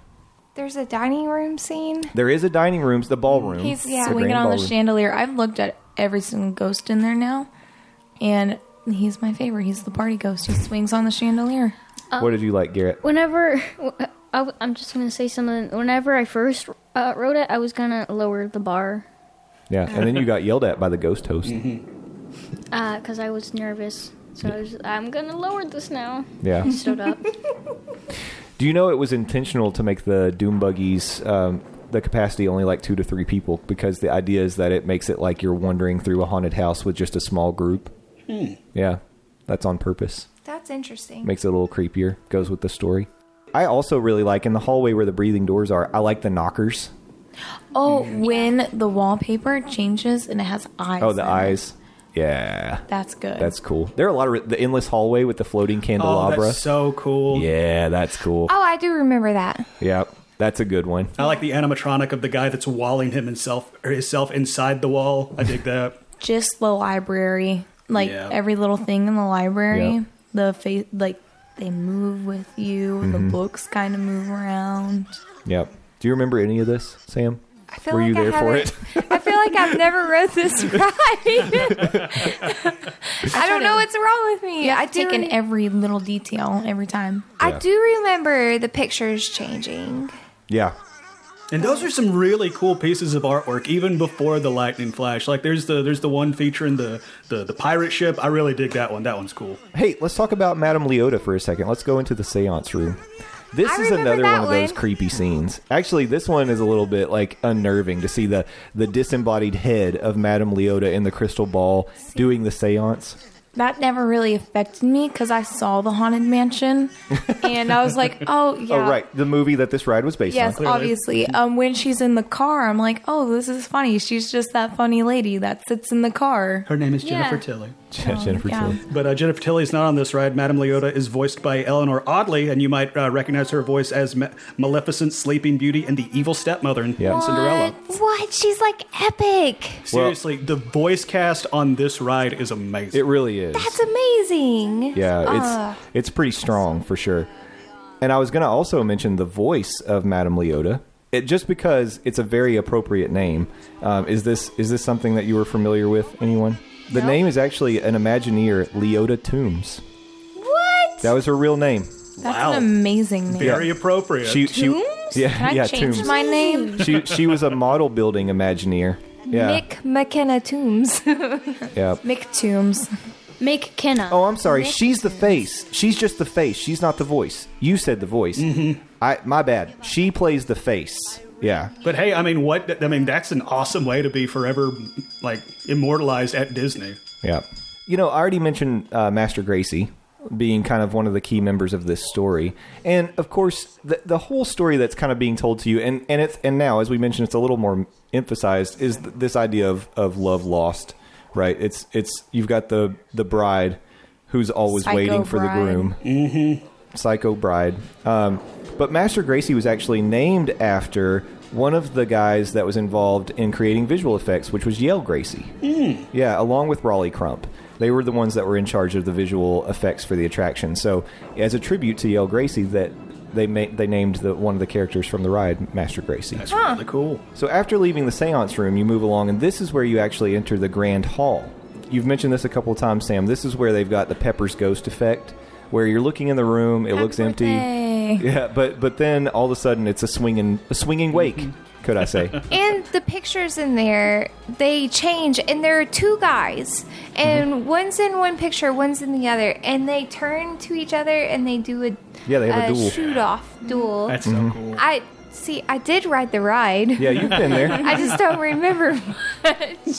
[SPEAKER 4] There's a dining room scene.
[SPEAKER 1] There is a dining room, it's the ballroom.
[SPEAKER 3] He's
[SPEAKER 4] Yeah.
[SPEAKER 3] swinging
[SPEAKER 1] grand
[SPEAKER 3] on the
[SPEAKER 1] ballroom.
[SPEAKER 3] chandelier. I've looked at every single ghost in there now, and he's my favorite. He's the party ghost. He swings on the chandelier.
[SPEAKER 1] what did you like, Garrett?
[SPEAKER 5] Whenever I, am just gonna say something. Whenever I first uh, wrote it, I was gonna lower the bar
[SPEAKER 1] Yeah, and then you got yelled at by the ghost host.
[SPEAKER 5] because uh, I was nervous. So I was, I'm gonna lower this now.
[SPEAKER 1] Yeah.
[SPEAKER 5] Stood up.
[SPEAKER 1] Do you know it was intentional to make the doom buggies um, the capacity only like two to three people because the idea is that it makes it like you're wandering through a haunted house with just a small group.
[SPEAKER 4] Hmm.
[SPEAKER 1] Yeah, that's on purpose.
[SPEAKER 4] That's interesting.
[SPEAKER 1] Makes it a little creepier. Goes with the story. I also really like in the hallway where the breathing doors are. I like the knockers.
[SPEAKER 3] Oh, when the wallpaper changes and it has eyes.
[SPEAKER 1] Oh, the
[SPEAKER 3] in it.
[SPEAKER 1] eyes. Yeah,
[SPEAKER 3] That's good.
[SPEAKER 1] that's cool. There are a lot of the endless hallway with the floating
[SPEAKER 2] Oh,
[SPEAKER 1] candelabra.
[SPEAKER 2] that's so cool.
[SPEAKER 1] yeah, that's cool.
[SPEAKER 4] Oh, I do remember that.
[SPEAKER 1] Yeah, that's a good one.
[SPEAKER 2] I like the animatronic of the guy that's walling him himself or himself inside the wall. I dig that.
[SPEAKER 3] Just the library, like
[SPEAKER 2] Yeah.
[SPEAKER 3] every little thing in the library.
[SPEAKER 1] Yeah.
[SPEAKER 3] The face, like they move with you.
[SPEAKER 1] Mm-hmm.
[SPEAKER 3] The books kind of move around.
[SPEAKER 1] Yep. Do you remember any of this, Sam?
[SPEAKER 4] I feel
[SPEAKER 1] Were
[SPEAKER 4] like
[SPEAKER 1] you
[SPEAKER 4] I
[SPEAKER 1] there for
[SPEAKER 4] haven't- I feel like I've never rode this ride. I don't know what's wrong with me. I
[SPEAKER 3] I
[SPEAKER 4] do.
[SPEAKER 3] take in every little detail every time.
[SPEAKER 4] I
[SPEAKER 1] Yeah.
[SPEAKER 4] do remember the pictures changing.
[SPEAKER 1] Yeah.
[SPEAKER 2] And those are some really cool pieces of artwork, even before the lightning flash. Like there's the there's the one featuring the the, the pirate ship. I really dig that one. That one's cool.
[SPEAKER 1] Hey, let's talk about Madame Leota for a second. Let's go into the seance room. This
[SPEAKER 4] I
[SPEAKER 1] is
[SPEAKER 4] remember
[SPEAKER 1] another one
[SPEAKER 4] that
[SPEAKER 1] of those
[SPEAKER 4] one.
[SPEAKER 1] creepy scenes. Actually, this one is a little bit like unnerving to see the the disembodied head of Madame Leota in the crystal ball doing the seance.
[SPEAKER 3] that never really affected me because I saw the haunted mansion, and I was like, oh yeah,
[SPEAKER 1] Oh, right. The movie that this ride was based
[SPEAKER 3] Yes,
[SPEAKER 1] on.
[SPEAKER 3] obviously. Um, when she's in the car, I'm like, oh, this is funny. She's just that funny lady that sits in the car.
[SPEAKER 2] Her name is Jennifer
[SPEAKER 5] Yeah.
[SPEAKER 2] Tilly.
[SPEAKER 4] Oh,
[SPEAKER 1] Jennifer
[SPEAKER 3] yeah.
[SPEAKER 1] Tilly.
[SPEAKER 2] But uh, Jennifer Tilly is not on this ride. Madame Leota is voiced by Eleanor Audley, and you might uh, recognize her voice as Ma- Maleficent, Sleeping Beauty, and the Evil Stepmother in
[SPEAKER 1] Yeah.
[SPEAKER 2] Cinderella.
[SPEAKER 4] What? She's like epic.
[SPEAKER 2] Seriously, the voice cast on this ride is amazing.
[SPEAKER 1] It really is.
[SPEAKER 4] That's amazing.
[SPEAKER 1] Yeah, it's
[SPEAKER 4] Ah.
[SPEAKER 1] it's pretty strong for sure. And I was going to also mention the voice of Madame Leota, it, just because it's a very appropriate name. Um, is this is this something that you were familiar with? Anyone? The name is actually an Imagineer, Leota Toombs.
[SPEAKER 4] What?
[SPEAKER 1] That was her real name.
[SPEAKER 3] That's
[SPEAKER 2] Wow.
[SPEAKER 3] an amazing name.
[SPEAKER 2] Very appropriate.
[SPEAKER 1] She, she
[SPEAKER 4] Toombs?
[SPEAKER 1] yeah
[SPEAKER 3] Can I
[SPEAKER 1] yeah
[SPEAKER 3] change
[SPEAKER 1] Toombs.
[SPEAKER 3] my name?
[SPEAKER 1] she she was a model building Imagineer. Yeah
[SPEAKER 4] Nick McKenna Toombs.
[SPEAKER 1] yeah.
[SPEAKER 3] McToombs.
[SPEAKER 5] Make Kenna.
[SPEAKER 1] Oh, I'm sorry. She's the face. She's just the face. She's not the voice. You said the voice. Mm-hmm. I my bad. She plays the face. Yeah.
[SPEAKER 2] But hey, I mean, what? I mean, that's an awesome way to be forever like immortalized at Disney.
[SPEAKER 1] Yeah. You know, I already mentioned uh, Master Gracie being kind of one of the key members of this story. And of course, the, the whole story that's kind of being told to you, and, and, it's, and now, as we mentioned, it's a little more emphasized, is th- this idea of, of love lost, right? It's, it's, you've got the, the bride who's always
[SPEAKER 3] Psycho
[SPEAKER 1] waiting for the
[SPEAKER 3] bride.
[SPEAKER 1] groom. Mm-hmm. Psycho bride. Um, but Master Gracie was actually named after one of the guys that was involved in creating visual effects, which was Yale Gracie. Yeah, along with Raleigh Crump. They were the ones that were in charge of the visual effects for the attraction. So, as a tribute to Yale Gracie, that they ma- they named the, one of the characters from the ride Master Gracie.
[SPEAKER 2] That's really cool.
[SPEAKER 1] So, after leaving the séance room, you move along, and this is where you actually enter the grand hall. You've mentioned this a couple of times, Sam. This is where they've got the Pepper's ghost effect, where you're looking in the room, it looks empty.
[SPEAKER 3] birthday.
[SPEAKER 1] Yeah, but but then all of a sudden it's a swinging a swinging wake, could I say?
[SPEAKER 4] and the pictures in there, they change, and there are two guys,
[SPEAKER 1] Mm-hmm.
[SPEAKER 4] and one's in one picture, one's in the other, and they turn to each other and they do a
[SPEAKER 1] Yeah, they have a duel.
[SPEAKER 4] shoot off duel.
[SPEAKER 2] That's so cool.
[SPEAKER 4] I see. I did ride the ride.
[SPEAKER 1] yeah, you've been there.
[SPEAKER 4] I just don't remember.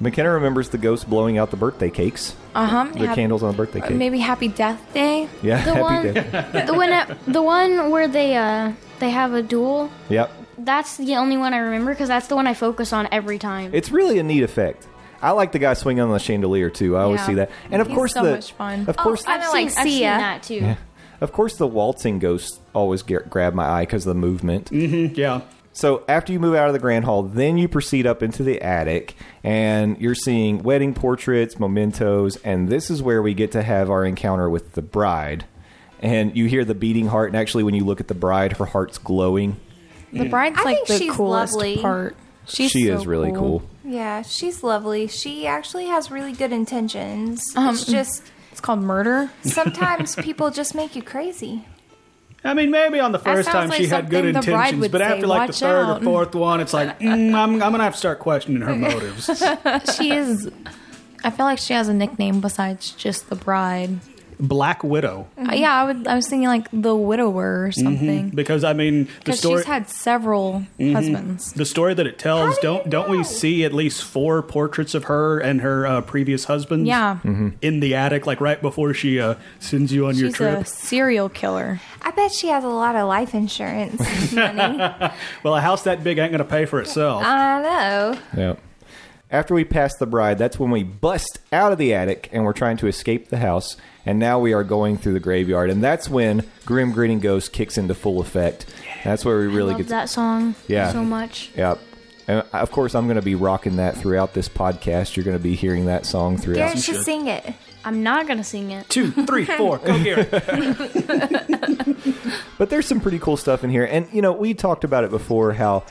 [SPEAKER 1] McKenna remembers the ghost blowing out the birthday cakes,
[SPEAKER 3] Uh huh.
[SPEAKER 1] the candles on the birthday cake.
[SPEAKER 3] Maybe Happy Death Day.
[SPEAKER 1] yeah,
[SPEAKER 5] The
[SPEAKER 1] happy
[SPEAKER 5] one-
[SPEAKER 1] day.
[SPEAKER 5] the one that, the one where they uh they have a duel.
[SPEAKER 1] Yep.
[SPEAKER 5] That's the only one I remember because that's the one I focus on every time.
[SPEAKER 1] It's really a neat effect. I like the guy swinging on the chandelier too. I always
[SPEAKER 3] Yeah.
[SPEAKER 1] see that, and of
[SPEAKER 3] He's
[SPEAKER 1] course
[SPEAKER 3] so
[SPEAKER 1] the
[SPEAKER 3] much fun. Oh,
[SPEAKER 1] of course
[SPEAKER 4] I-
[SPEAKER 5] I've
[SPEAKER 4] kinda
[SPEAKER 5] seen,
[SPEAKER 4] like
[SPEAKER 5] I've seen
[SPEAKER 4] Sia.
[SPEAKER 5] that too.
[SPEAKER 1] of course the waltzing ghosts always get, grab my eye because of the movement.
[SPEAKER 2] Yeah.
[SPEAKER 1] So after you move out of the grand hall, then you proceed up into the attic, and you're seeing wedding portraits, mementos, and this is where we get to have our encounter with the bride. And you hear the beating heart, and actually, when you look at the bride, her heart's glowing.
[SPEAKER 3] The bride's
[SPEAKER 4] I
[SPEAKER 3] like
[SPEAKER 4] think
[SPEAKER 3] the
[SPEAKER 4] she's
[SPEAKER 3] coolest
[SPEAKER 4] lovely.
[SPEAKER 3] part. She's
[SPEAKER 1] she
[SPEAKER 3] so
[SPEAKER 1] is really cool.
[SPEAKER 4] yeah, she's lovely. She actually has really good intentions.
[SPEAKER 3] Um,
[SPEAKER 4] it's just
[SPEAKER 3] It's called Murder.
[SPEAKER 4] sometimes people just make you crazy.
[SPEAKER 2] I mean, maybe on the first
[SPEAKER 3] sounds
[SPEAKER 2] time
[SPEAKER 3] like
[SPEAKER 2] she had good
[SPEAKER 3] something the bride
[SPEAKER 2] intentions,
[SPEAKER 3] would
[SPEAKER 2] but
[SPEAKER 3] say,
[SPEAKER 2] after like the
[SPEAKER 3] "Watch
[SPEAKER 2] third
[SPEAKER 3] out."
[SPEAKER 2] or fourth one, it's like mm, I'm, I'm gonna have to start questioning her motives.
[SPEAKER 3] She is. I feel like she has a nickname besides just the bride.
[SPEAKER 2] Black Widow,
[SPEAKER 3] Uh, yeah, I would. I was thinking like the widower or something.
[SPEAKER 2] because I mean, the
[SPEAKER 3] Because
[SPEAKER 2] story
[SPEAKER 3] she's had several husbands.
[SPEAKER 2] the story that it tells
[SPEAKER 4] How do you
[SPEAKER 2] don't don't we
[SPEAKER 4] know?
[SPEAKER 2] see at least four portraits of her and her uh, previous husbands?
[SPEAKER 3] Yeah,
[SPEAKER 2] in the attic, like right before she uh, sends you on Mm-hmm. your
[SPEAKER 3] she's
[SPEAKER 2] trip.
[SPEAKER 3] a serial killer.
[SPEAKER 4] I bet she has a lot of life insurance money.
[SPEAKER 2] Well, a house that big ain't gonna pay for itself.
[SPEAKER 4] I know.
[SPEAKER 1] Yeah. After we pass the bride, that's when we bust out of the attic and we're trying to escape the house. And now we are going through the graveyard. And that's when Grim Greeting Ghost kicks into full effect. That's where we really
[SPEAKER 5] Love
[SPEAKER 1] get to-
[SPEAKER 5] that song
[SPEAKER 1] Yeah.
[SPEAKER 5] so much.
[SPEAKER 1] Yep. And uh, of course, I'm going to be rocking that throughout this podcast. You're going to be hearing that song throughout.
[SPEAKER 4] Garrett should sing it.
[SPEAKER 5] I'm not gonna sing it.
[SPEAKER 2] Two, three, four. Go Garrett.
[SPEAKER 1] But there's some pretty cool stuff in here. And, you know, we talked about it before how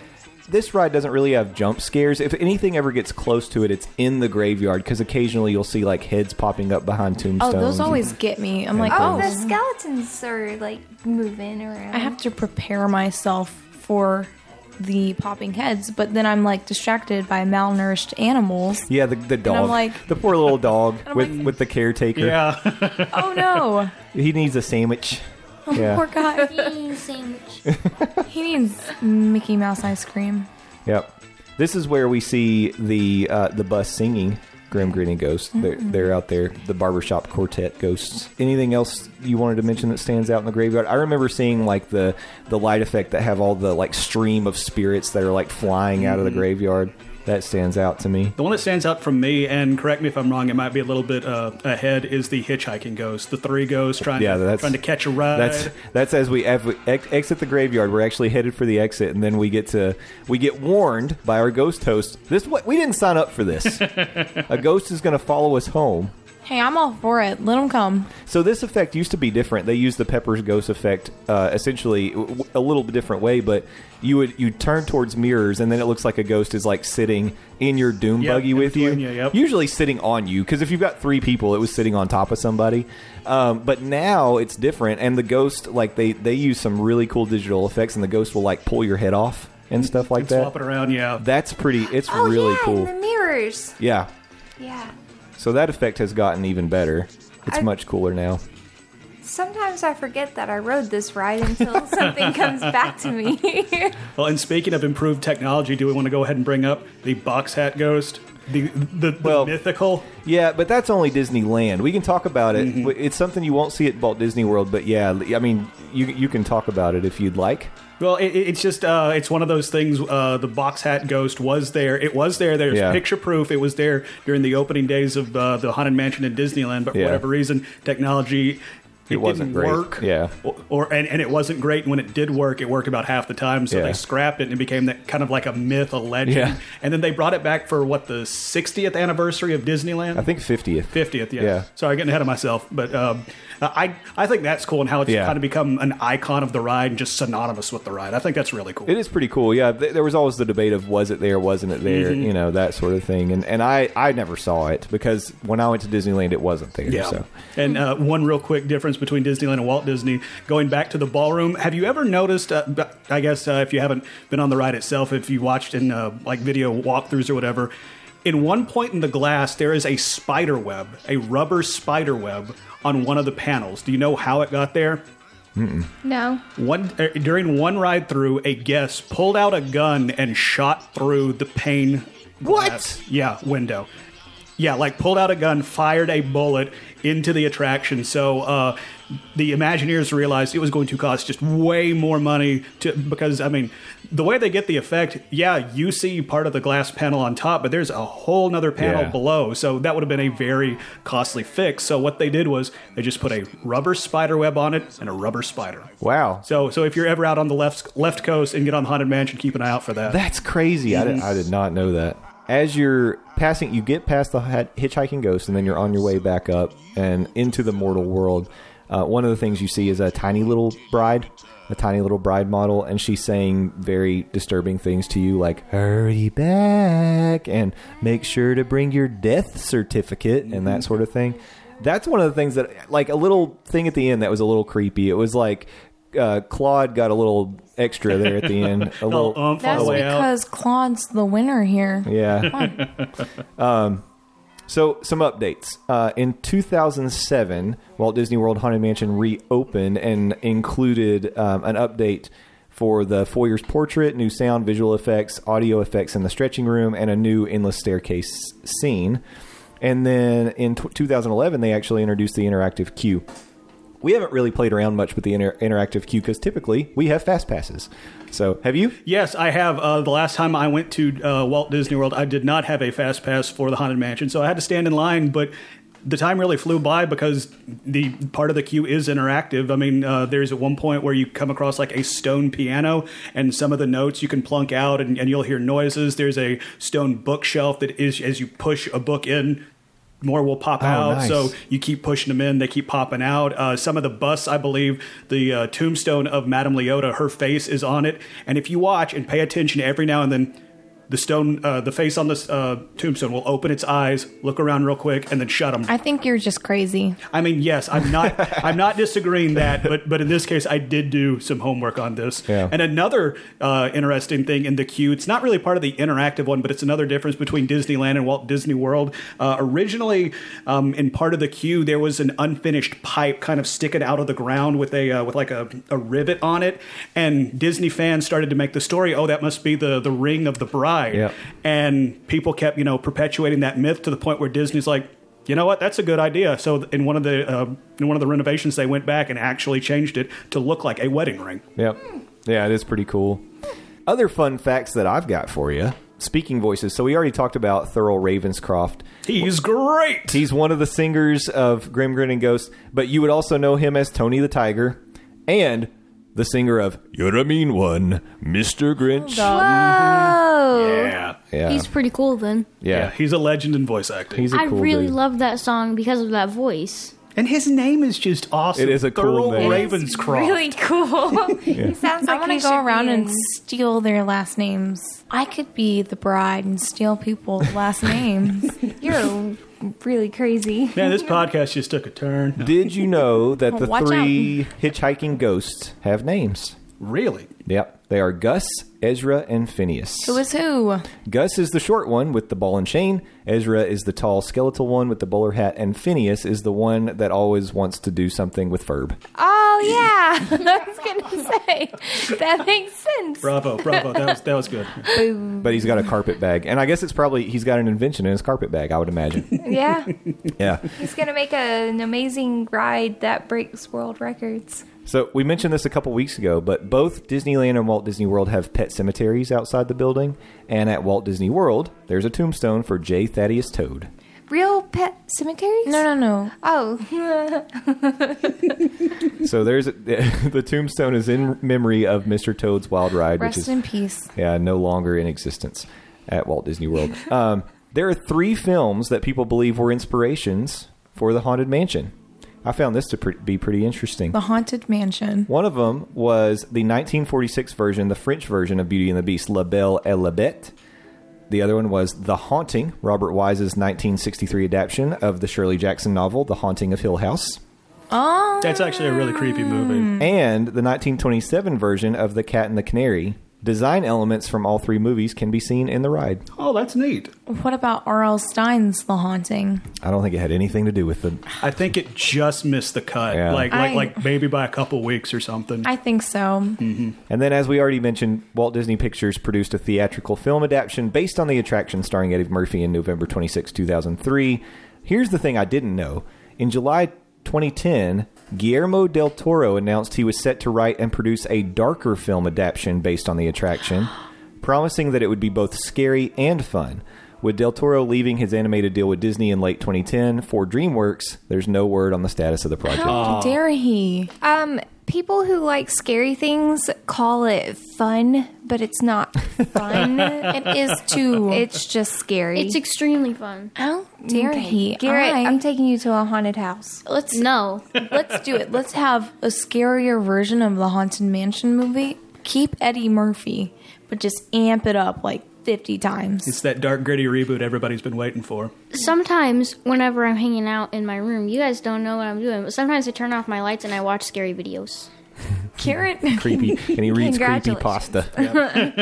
[SPEAKER 1] this ride doesn't really have jump scares. If anything ever gets close to it, it's in the graveyard because occasionally you'll see like heads popping up behind
[SPEAKER 3] Oh,
[SPEAKER 1] tombstones.
[SPEAKER 3] those always get me. I'm like,
[SPEAKER 4] Oh,
[SPEAKER 3] oh,
[SPEAKER 4] the skeletons are like moving around.
[SPEAKER 3] I have to prepare myself for the popping heads, but then I'm like distracted by malnourished animals.
[SPEAKER 1] Yeah, the, the dog.
[SPEAKER 3] I'm like-
[SPEAKER 1] the poor little dog
[SPEAKER 3] I'm
[SPEAKER 1] with,
[SPEAKER 3] like-
[SPEAKER 1] with the caretaker.
[SPEAKER 2] yeah,
[SPEAKER 3] Oh no,
[SPEAKER 1] He needs a sandwich. yeah.
[SPEAKER 3] poor guy.
[SPEAKER 5] sandwich.
[SPEAKER 3] He needs Mickey Mouse ice cream.
[SPEAKER 1] Yep. This is where we see the uh, the bus singing Grim Grinning Ghost. They're, they're out there, the barbershop quartet ghosts. Anything else you wanted to mention that stands out in the graveyard? I remember seeing like the the light effect that have all the like stream of spirits that are like flying out of the graveyard. That stands out to me.
[SPEAKER 2] The one that stands out from me, and correct me if I'm wrong, it might be a little bit uh, ahead, is the hitchhiking ghost. The three ghosts trying,
[SPEAKER 1] Yeah,
[SPEAKER 2] to,
[SPEAKER 1] that's
[SPEAKER 2] trying to catch a ride.
[SPEAKER 1] That's that's as we ev- ex- exit the graveyard. We're actually headed for the exit, and then we get to we get warned by our ghost host. This what we didn't sign up for this. a ghost is going to follow us home.
[SPEAKER 3] Hey, I'm all for it. Let them come.
[SPEAKER 1] So this effect used to be different. They used the Pepper's Ghost effect, uh, essentially w- w- a little bit different way, but you would you turn towards mirrors, and then it looks like a ghost is like sitting in your doom
[SPEAKER 2] Yep,
[SPEAKER 1] buggy
[SPEAKER 2] in
[SPEAKER 1] with you.
[SPEAKER 2] between you, yep.
[SPEAKER 1] Usually sitting on you, because if you've got three people, it was sitting on top of somebody. Um, but now it's different, and the ghost like they they use some really cool digital effects, and the ghost will like pull your head off and stuff like
[SPEAKER 2] Swap
[SPEAKER 1] that.
[SPEAKER 2] it around, yeah.
[SPEAKER 1] That's pretty. It's
[SPEAKER 4] Oh
[SPEAKER 1] really
[SPEAKER 4] yeah,
[SPEAKER 1] cool.
[SPEAKER 4] and the mirrors.
[SPEAKER 1] yeah.
[SPEAKER 4] Yeah.
[SPEAKER 1] So that effect has gotten even better. It's
[SPEAKER 4] I-
[SPEAKER 1] much cooler now.
[SPEAKER 4] Sometimes I forget that I rode this ride until something comes back to me.
[SPEAKER 2] Well, and speaking of improved technology, do we want to go ahead and bring up the box hat ghost? The, the, the
[SPEAKER 1] Well-
[SPEAKER 2] mythical?
[SPEAKER 1] Yeah, but that's only Disneyland. We can talk about it. W- It's something you won't see at Walt Disney World, but yeah, l- I mean, you you can talk about it if you'd like.
[SPEAKER 2] Well, it, it- it's just uh, it's one of those things. Uh, the box hat ghost was there. It was there. There's
[SPEAKER 1] Yeah.
[SPEAKER 2] picture proof. It was there during the opening days of uh, the Haunted Mansion in Disneyland. But for
[SPEAKER 1] Yeah.
[SPEAKER 2] whatever reason, technology. It,
[SPEAKER 1] wasn't
[SPEAKER 2] didn't
[SPEAKER 1] great.
[SPEAKER 2] work,
[SPEAKER 1] Yeah.
[SPEAKER 2] or, or- and, and it wasn't great. And when it did work, it worked about half the time. So
[SPEAKER 1] Yeah.
[SPEAKER 2] they scrapped it, and it became that kind of like a myth, a legend.
[SPEAKER 1] Yeah.
[SPEAKER 2] And then they brought it back for what the 60th anniversary of Disneyland.
[SPEAKER 1] I think 50th.
[SPEAKER 2] 50th, yeah.
[SPEAKER 1] Yeah.
[SPEAKER 2] Sorry, getting ahead of myself, but um, I I think that's cool and how it's
[SPEAKER 1] Yeah.
[SPEAKER 2] kind of become an icon of the ride and just synonymous with the ride. I think that's really cool.
[SPEAKER 1] It is pretty cool. Yeah, th- there was always the debate of was it there, wasn't it there, you know, that sort of thing. And and I I never saw it because when I went to Disneyland it wasn't there.
[SPEAKER 2] Yeah.
[SPEAKER 1] So
[SPEAKER 2] And uh, one real quick difference between Disneyland and Walt Disney, going back to the ballroom, have you ever noticed, uh, b- I guess uh, if you haven't been on the ride itself, if you watched in uh, like video walkthroughs or whatever, in one point in the glass, there is a spider web, a rubber spider web on one of the panels. Do you know how it got there?
[SPEAKER 4] no.
[SPEAKER 2] One uh, during one ride through, a guest pulled out a gun and shot through the pane.
[SPEAKER 1] What?
[SPEAKER 2] glass- Yeah, window. Yeah, like pulled out a gun, fired a bullet into the attraction. So uh, the Imagineers realized it was going to cost just way more money to because I mean, the way they get the effect, yeah, you see part of the glass panel on top, but there's a whole nother panel
[SPEAKER 1] Yeah.
[SPEAKER 2] below. So that would have been a very costly fix. So what they did was they just put a rubber spider web on it and a rubber spider.
[SPEAKER 1] wow.
[SPEAKER 2] So, so if you're ever out on the left left coast and get on the haunted mansion, keep an eye out for that.
[SPEAKER 1] That's crazy. I, did, I did not know that. As you're passing, you get past the hat- hitchhiking ghost, and then you're on your way back up and into the mortal world. Uh, one of the things you see is a tiny little bride, a tiny little bride model, and she's saying very disturbing things to you, like "Hurry back" and "Make sure to bring your death certificate" and that sort of thing. That's one of the things that, like, a little thing at the end that was a little creepy. It was like uh, Claude got a little extra there at the end, a little
[SPEAKER 2] oomph on
[SPEAKER 3] That's
[SPEAKER 2] the way out.
[SPEAKER 3] because Claude's the winner here.
[SPEAKER 1] yeah. um, so some updates. Uh, in 2007, Walt Disney World Haunted Mansion reopened and included um, an update for the foyer's portrait, new sound, visual effects, audio effects in the stretching room, and a new endless staircase scene. And then in t- 2011, they actually introduced the interactive queue we haven't really played around much with the inter- interactive queue because typically we have fast passes. So have you?
[SPEAKER 2] Yes, I have. Uh, the last time I went to uh, Walt Disney World, I did not have a fast pass for the haunted mansion, so I had to stand in line, but. The time really flew by because the part of the queue is interactive. I mean, uh, there's at one point where you come across like a stone piano, and some of the notes you can plunk out, and, and you'll hear noises. There's a stone bookshelf that is as you push a book in, more will pop out.
[SPEAKER 1] nice.
[SPEAKER 2] So you keep pushing them in, they keep popping out. Uh, some of the busts, I believe, the uh, tombstone of Madame Leota, her face is on it. And if you watch and pay attention every now and then, the stone, uh, the face on this uh, tombstone will open its eyes, look around real quick, and then shut them.
[SPEAKER 3] I think you're just crazy.
[SPEAKER 2] I mean, yes, I'm not, I'm not disagreeing that, but but in this case, I did do some homework on this.
[SPEAKER 1] Yeah.
[SPEAKER 2] And another uh, interesting thing in the queue, it's not really part of the interactive one, but it's another difference between Disneyland and Walt Disney World. Uh, originally, um, in part of the queue, there was an unfinished pipe kind of sticking out of the ground with a uh, with like a, a rivet on it, and Disney fans started to make the story, oh, that must be the the ring of the bride ride.
[SPEAKER 1] Yep.
[SPEAKER 2] And people kept, you know, perpetuating that myth to the point where Disney's like, you know what, that's a good idea. So in one of the uh, in one of the renovations, they went back and actually changed it to look like a wedding ring.
[SPEAKER 1] Yep. Yeah, it is pretty cool. Other fun facts that I've got for you. Speaking voices. So we already talked about Thurl Ravenscroft.
[SPEAKER 2] He's great.
[SPEAKER 1] He's one of the singers of Grim Grinning Ghost, but you would also know him as Tony the Tiger and the singer of You're a Mean One, Mr. Grinch.
[SPEAKER 4] Whoa.
[SPEAKER 2] Yeah.
[SPEAKER 1] Yeah.
[SPEAKER 5] Oh, He's pretty cool then.
[SPEAKER 2] Yeah,
[SPEAKER 1] yeah.
[SPEAKER 2] he's a legend in voice acting.
[SPEAKER 1] He's a
[SPEAKER 5] I
[SPEAKER 1] cool
[SPEAKER 5] really
[SPEAKER 1] dude.
[SPEAKER 5] love that song because of that voice.
[SPEAKER 2] and his name is just awesome.
[SPEAKER 1] It is a cool
[SPEAKER 2] Thurl
[SPEAKER 1] name.
[SPEAKER 2] Ravenscroft.
[SPEAKER 4] Really cool. He sounds
[SPEAKER 3] I
[SPEAKER 4] like
[SPEAKER 3] want to go around and steal their last names. I could be the bride and steal people's last names.
[SPEAKER 4] You're really crazy.
[SPEAKER 2] Man, this podcast just took a turn.
[SPEAKER 1] Did you know that the
[SPEAKER 3] Watch out.
[SPEAKER 1] three hitchhiking ghosts have names?
[SPEAKER 2] Really?
[SPEAKER 1] Yep. They are Gus, Ezra, and Phineas.
[SPEAKER 3] who is who?
[SPEAKER 1] Gus is the short one with the ball and chain. Ezra is the tall skeletal one with the bowler hat, and Phineas is the one that always wants to do something with verb.
[SPEAKER 4] Oh yeah, I was gonna say that makes sense.
[SPEAKER 2] Bravo, bravo. That was that was good.
[SPEAKER 1] But he's got a carpet bag, and I guess it's probably he's got an invention in his carpet bag. I would imagine.
[SPEAKER 4] Yeah,
[SPEAKER 1] yeah.
[SPEAKER 4] he's gonna make a, an amazing ride that breaks world records.
[SPEAKER 1] So we mentioned this a couple weeks ago, but both Disneyland and Walt Disney World have pet cemeteries outside the building, and at Walt Disney World, there's a tombstone for J. Thaddeus Toad.
[SPEAKER 4] Real pet cemeteries?
[SPEAKER 3] No, no, no.
[SPEAKER 4] Oh,
[SPEAKER 1] So there's a, the tombstone is in memory of Mr. Toad's Wild Ride, which
[SPEAKER 3] Rest
[SPEAKER 1] is
[SPEAKER 3] in peace.
[SPEAKER 1] yeah, no longer in existence at Walt Disney World. um, there are three films that people believe were inspirations for the Haunted Mansion. I found this to pre- be pretty interesting.
[SPEAKER 3] The Haunted Mansion.
[SPEAKER 1] One of them was the 1946 version, the French version of Beauty and the Beast, La Belle et la Bête. The other one was The Haunting, Robert Wise's 1963 adaptation of the Shirley Jackson novel, The Haunting of Hill House.
[SPEAKER 3] Oh,
[SPEAKER 2] That's actually a really creepy
[SPEAKER 1] Um.
[SPEAKER 2] movie.
[SPEAKER 1] and the 1927 version of The Cat and the Canary. Design elements from all three movies can be seen in the ride.
[SPEAKER 2] Oh, that's neat.
[SPEAKER 3] what about R.L. Stein's The Haunting?
[SPEAKER 1] I don't think it had anything to do with the.
[SPEAKER 2] I think it just missed the cut,
[SPEAKER 1] Yeah.
[SPEAKER 2] like like
[SPEAKER 3] I-
[SPEAKER 2] like maybe by a couple weeks or something.
[SPEAKER 3] I think so.
[SPEAKER 1] And then, as we already mentioned, Walt Disney Pictures produced a theatrical film adaptation based on the attraction starring Eddie Murphy in November 26, 2003. Here's the thing I didn't know. In July 2010, Guillermo del Toro announced he was set to write and produce a darker film adaptation based on the attraction, promising that it would be both scary and fun. With Del Toro leaving his animated deal with Disney in late 2010 for DreamWorks, there's no word on the status of the project.
[SPEAKER 3] How dare he?
[SPEAKER 4] oh. Um, people who like scary things call it fun, but it's not fun.
[SPEAKER 3] It is too.
[SPEAKER 4] it's just scary.
[SPEAKER 5] It's extremely fun.
[SPEAKER 3] How dare he?
[SPEAKER 4] Garrett,
[SPEAKER 3] I-
[SPEAKER 4] I, am taking you to a haunted house.
[SPEAKER 3] let's
[SPEAKER 5] No.
[SPEAKER 3] let's do it. Let's have a scarier version of the Haunted Mansion movie. Keep Eddie Murphy, but just amp it up like 50 times.
[SPEAKER 2] it's that dark gritty reboot everybody's been waiting for.
[SPEAKER 5] sometimes whenever I'm hanging out in my room, you guys don't know what I'm doing, but sometimes I turn off my lights and I watch scary videos.
[SPEAKER 3] Garrett,
[SPEAKER 1] creepy, and he reads creepy
[SPEAKER 4] Congratulations.
[SPEAKER 1] pasta.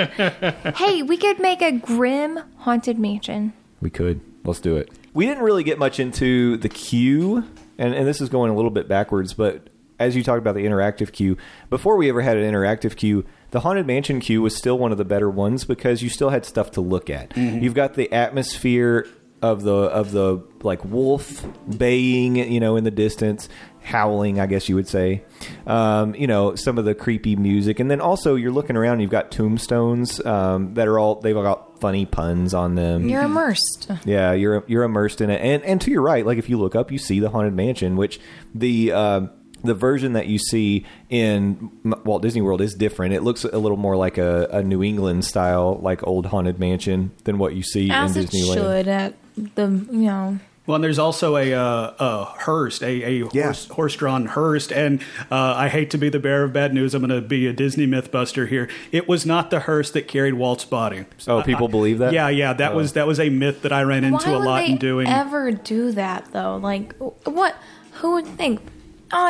[SPEAKER 4] Hey, we could make a grim haunted mansion.
[SPEAKER 1] We could. Let's do it. We didn't really get much into the queue, and, and this is going a little bit backwards, but as you talked about the interactive queue, before we ever had an interactive queue, the Haunted Mansion queue was still one of the better ones because you still had stuff to look at. You've got the atmosphere of the of the like wolf baying, you know, in the distance, howling, I guess you would say. Um, you know, some of the creepy music, and then also you're looking around. and You've got tombstones um, that are all they've all got funny puns on them.
[SPEAKER 3] you're immersed.
[SPEAKER 1] Yeah, you're you're immersed in it, and and to your right, like if you look up, you see the haunted mansion, which the uh, the version that you see in M- Walt Disney World is different. It looks a little more like a, a New England style, like old haunted mansion, than what you see
[SPEAKER 3] As
[SPEAKER 1] in
[SPEAKER 3] it
[SPEAKER 1] Disneyland.
[SPEAKER 3] should at the, you know.
[SPEAKER 2] Well, and there's also a uh, a Hearst, a, a
[SPEAKER 1] Yeah.
[SPEAKER 2] horse horse drawn Hearst, and uh, I hate to be the bearer of bad news. I'm going to be a Disney MythBuster here. It was not the Hearst that carried Walt's body.
[SPEAKER 1] Oh, people believe that? Oh.
[SPEAKER 2] Yeah, yeah, that was that was a myth that I ran into
[SPEAKER 3] Why
[SPEAKER 2] a
[SPEAKER 3] would
[SPEAKER 2] lot
[SPEAKER 3] they
[SPEAKER 2] in doing.
[SPEAKER 3] ever do that though? Like, what? Who would think? Oh,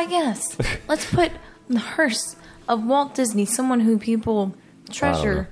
[SPEAKER 3] yes. Let's put the hearse of Walt Disney, someone who people treasure,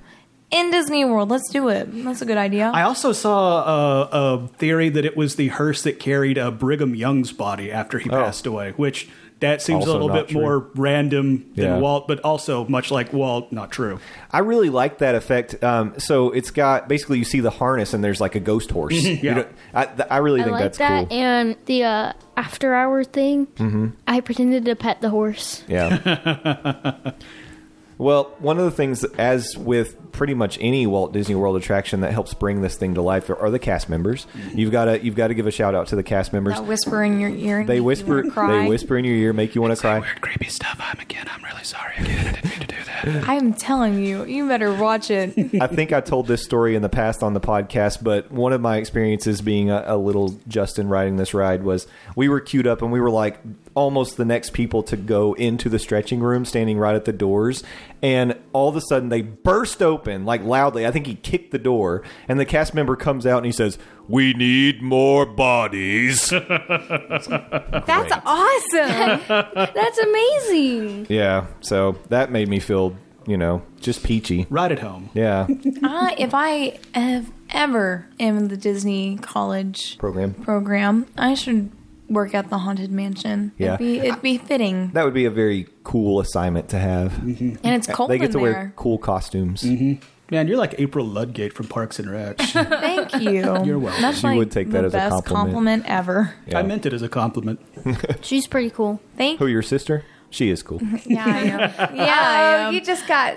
[SPEAKER 3] in Disney World. Let's do it. That's a good idea.
[SPEAKER 2] I also saw uh, a, a theory that it was the hearse that carried uh, Brigham Young's body after he passed away, which that seems
[SPEAKER 1] Oh. Also
[SPEAKER 2] a little
[SPEAKER 1] not
[SPEAKER 2] bit
[SPEAKER 1] true.
[SPEAKER 2] more random than
[SPEAKER 1] Yeah.
[SPEAKER 2] Walt, but also much like Walt, not true.
[SPEAKER 1] I really like that effect. Um, so it's got basically you see the harness and there's like a ghost horse. You don't- I, th- I really
[SPEAKER 5] I
[SPEAKER 1] think
[SPEAKER 5] like
[SPEAKER 1] that's
[SPEAKER 5] that.
[SPEAKER 1] cool. Mm-hmm.
[SPEAKER 5] And the uh, after hour thing, I pretended to pet the horse.
[SPEAKER 1] Yeah. well, one of the things, as with pretty much any Walt Disney World attraction that helps bring this thing to life, are the cast members. You've got to you've got to give a shout out to the cast members.
[SPEAKER 3] That whisper in your ear. and
[SPEAKER 1] They
[SPEAKER 3] make you
[SPEAKER 1] whisper,
[SPEAKER 3] wanna cry.
[SPEAKER 1] they whisper in your ear, make you want to cry.
[SPEAKER 2] creepy stuff. I'm again. I'm really sorry. Again, I didn't mean to do that.
[SPEAKER 3] I'm telling you, you better watch it.
[SPEAKER 1] I think I told this story in the past on the podcast, but one of my experiences being a, a little Justin riding this ride was we were queued up and we were like almost the next people to go into the stretching room, standing right at the doors. And all of a sudden they burst open like loudly. I think he kicked the door, and the cast member comes out and he says, We need more bodies.
[SPEAKER 4] That's awesome.
[SPEAKER 5] That's amazing.
[SPEAKER 1] yeah. So that made me feel, you know, just peachy.
[SPEAKER 2] Right at home.
[SPEAKER 1] Yeah.
[SPEAKER 3] I, if I have ever am in the Disney College
[SPEAKER 1] Program.
[SPEAKER 3] program, I should work at the Haunted Mansion.
[SPEAKER 1] Yeah.
[SPEAKER 3] It'd be, it'd be fitting.
[SPEAKER 1] That would be a very cool assignment to have.
[SPEAKER 3] And it's cold
[SPEAKER 1] They get
[SPEAKER 3] in
[SPEAKER 1] to
[SPEAKER 3] there.
[SPEAKER 1] wear cool costumes.
[SPEAKER 2] Mm-hmm. Man, you're like April Ludgate from Parks and Rec.
[SPEAKER 3] Thank you. You're
[SPEAKER 2] welcome.
[SPEAKER 3] That's
[SPEAKER 1] You
[SPEAKER 3] like
[SPEAKER 1] would take
[SPEAKER 3] the
[SPEAKER 1] that as a
[SPEAKER 3] best
[SPEAKER 1] compliment.
[SPEAKER 3] compliment ever.
[SPEAKER 2] I meant it as a compliment.
[SPEAKER 5] She's pretty cool.
[SPEAKER 3] Thank
[SPEAKER 1] Who, your sister? She is cool.
[SPEAKER 3] Yeah, I am.
[SPEAKER 4] Yeah,
[SPEAKER 3] am.
[SPEAKER 4] you just got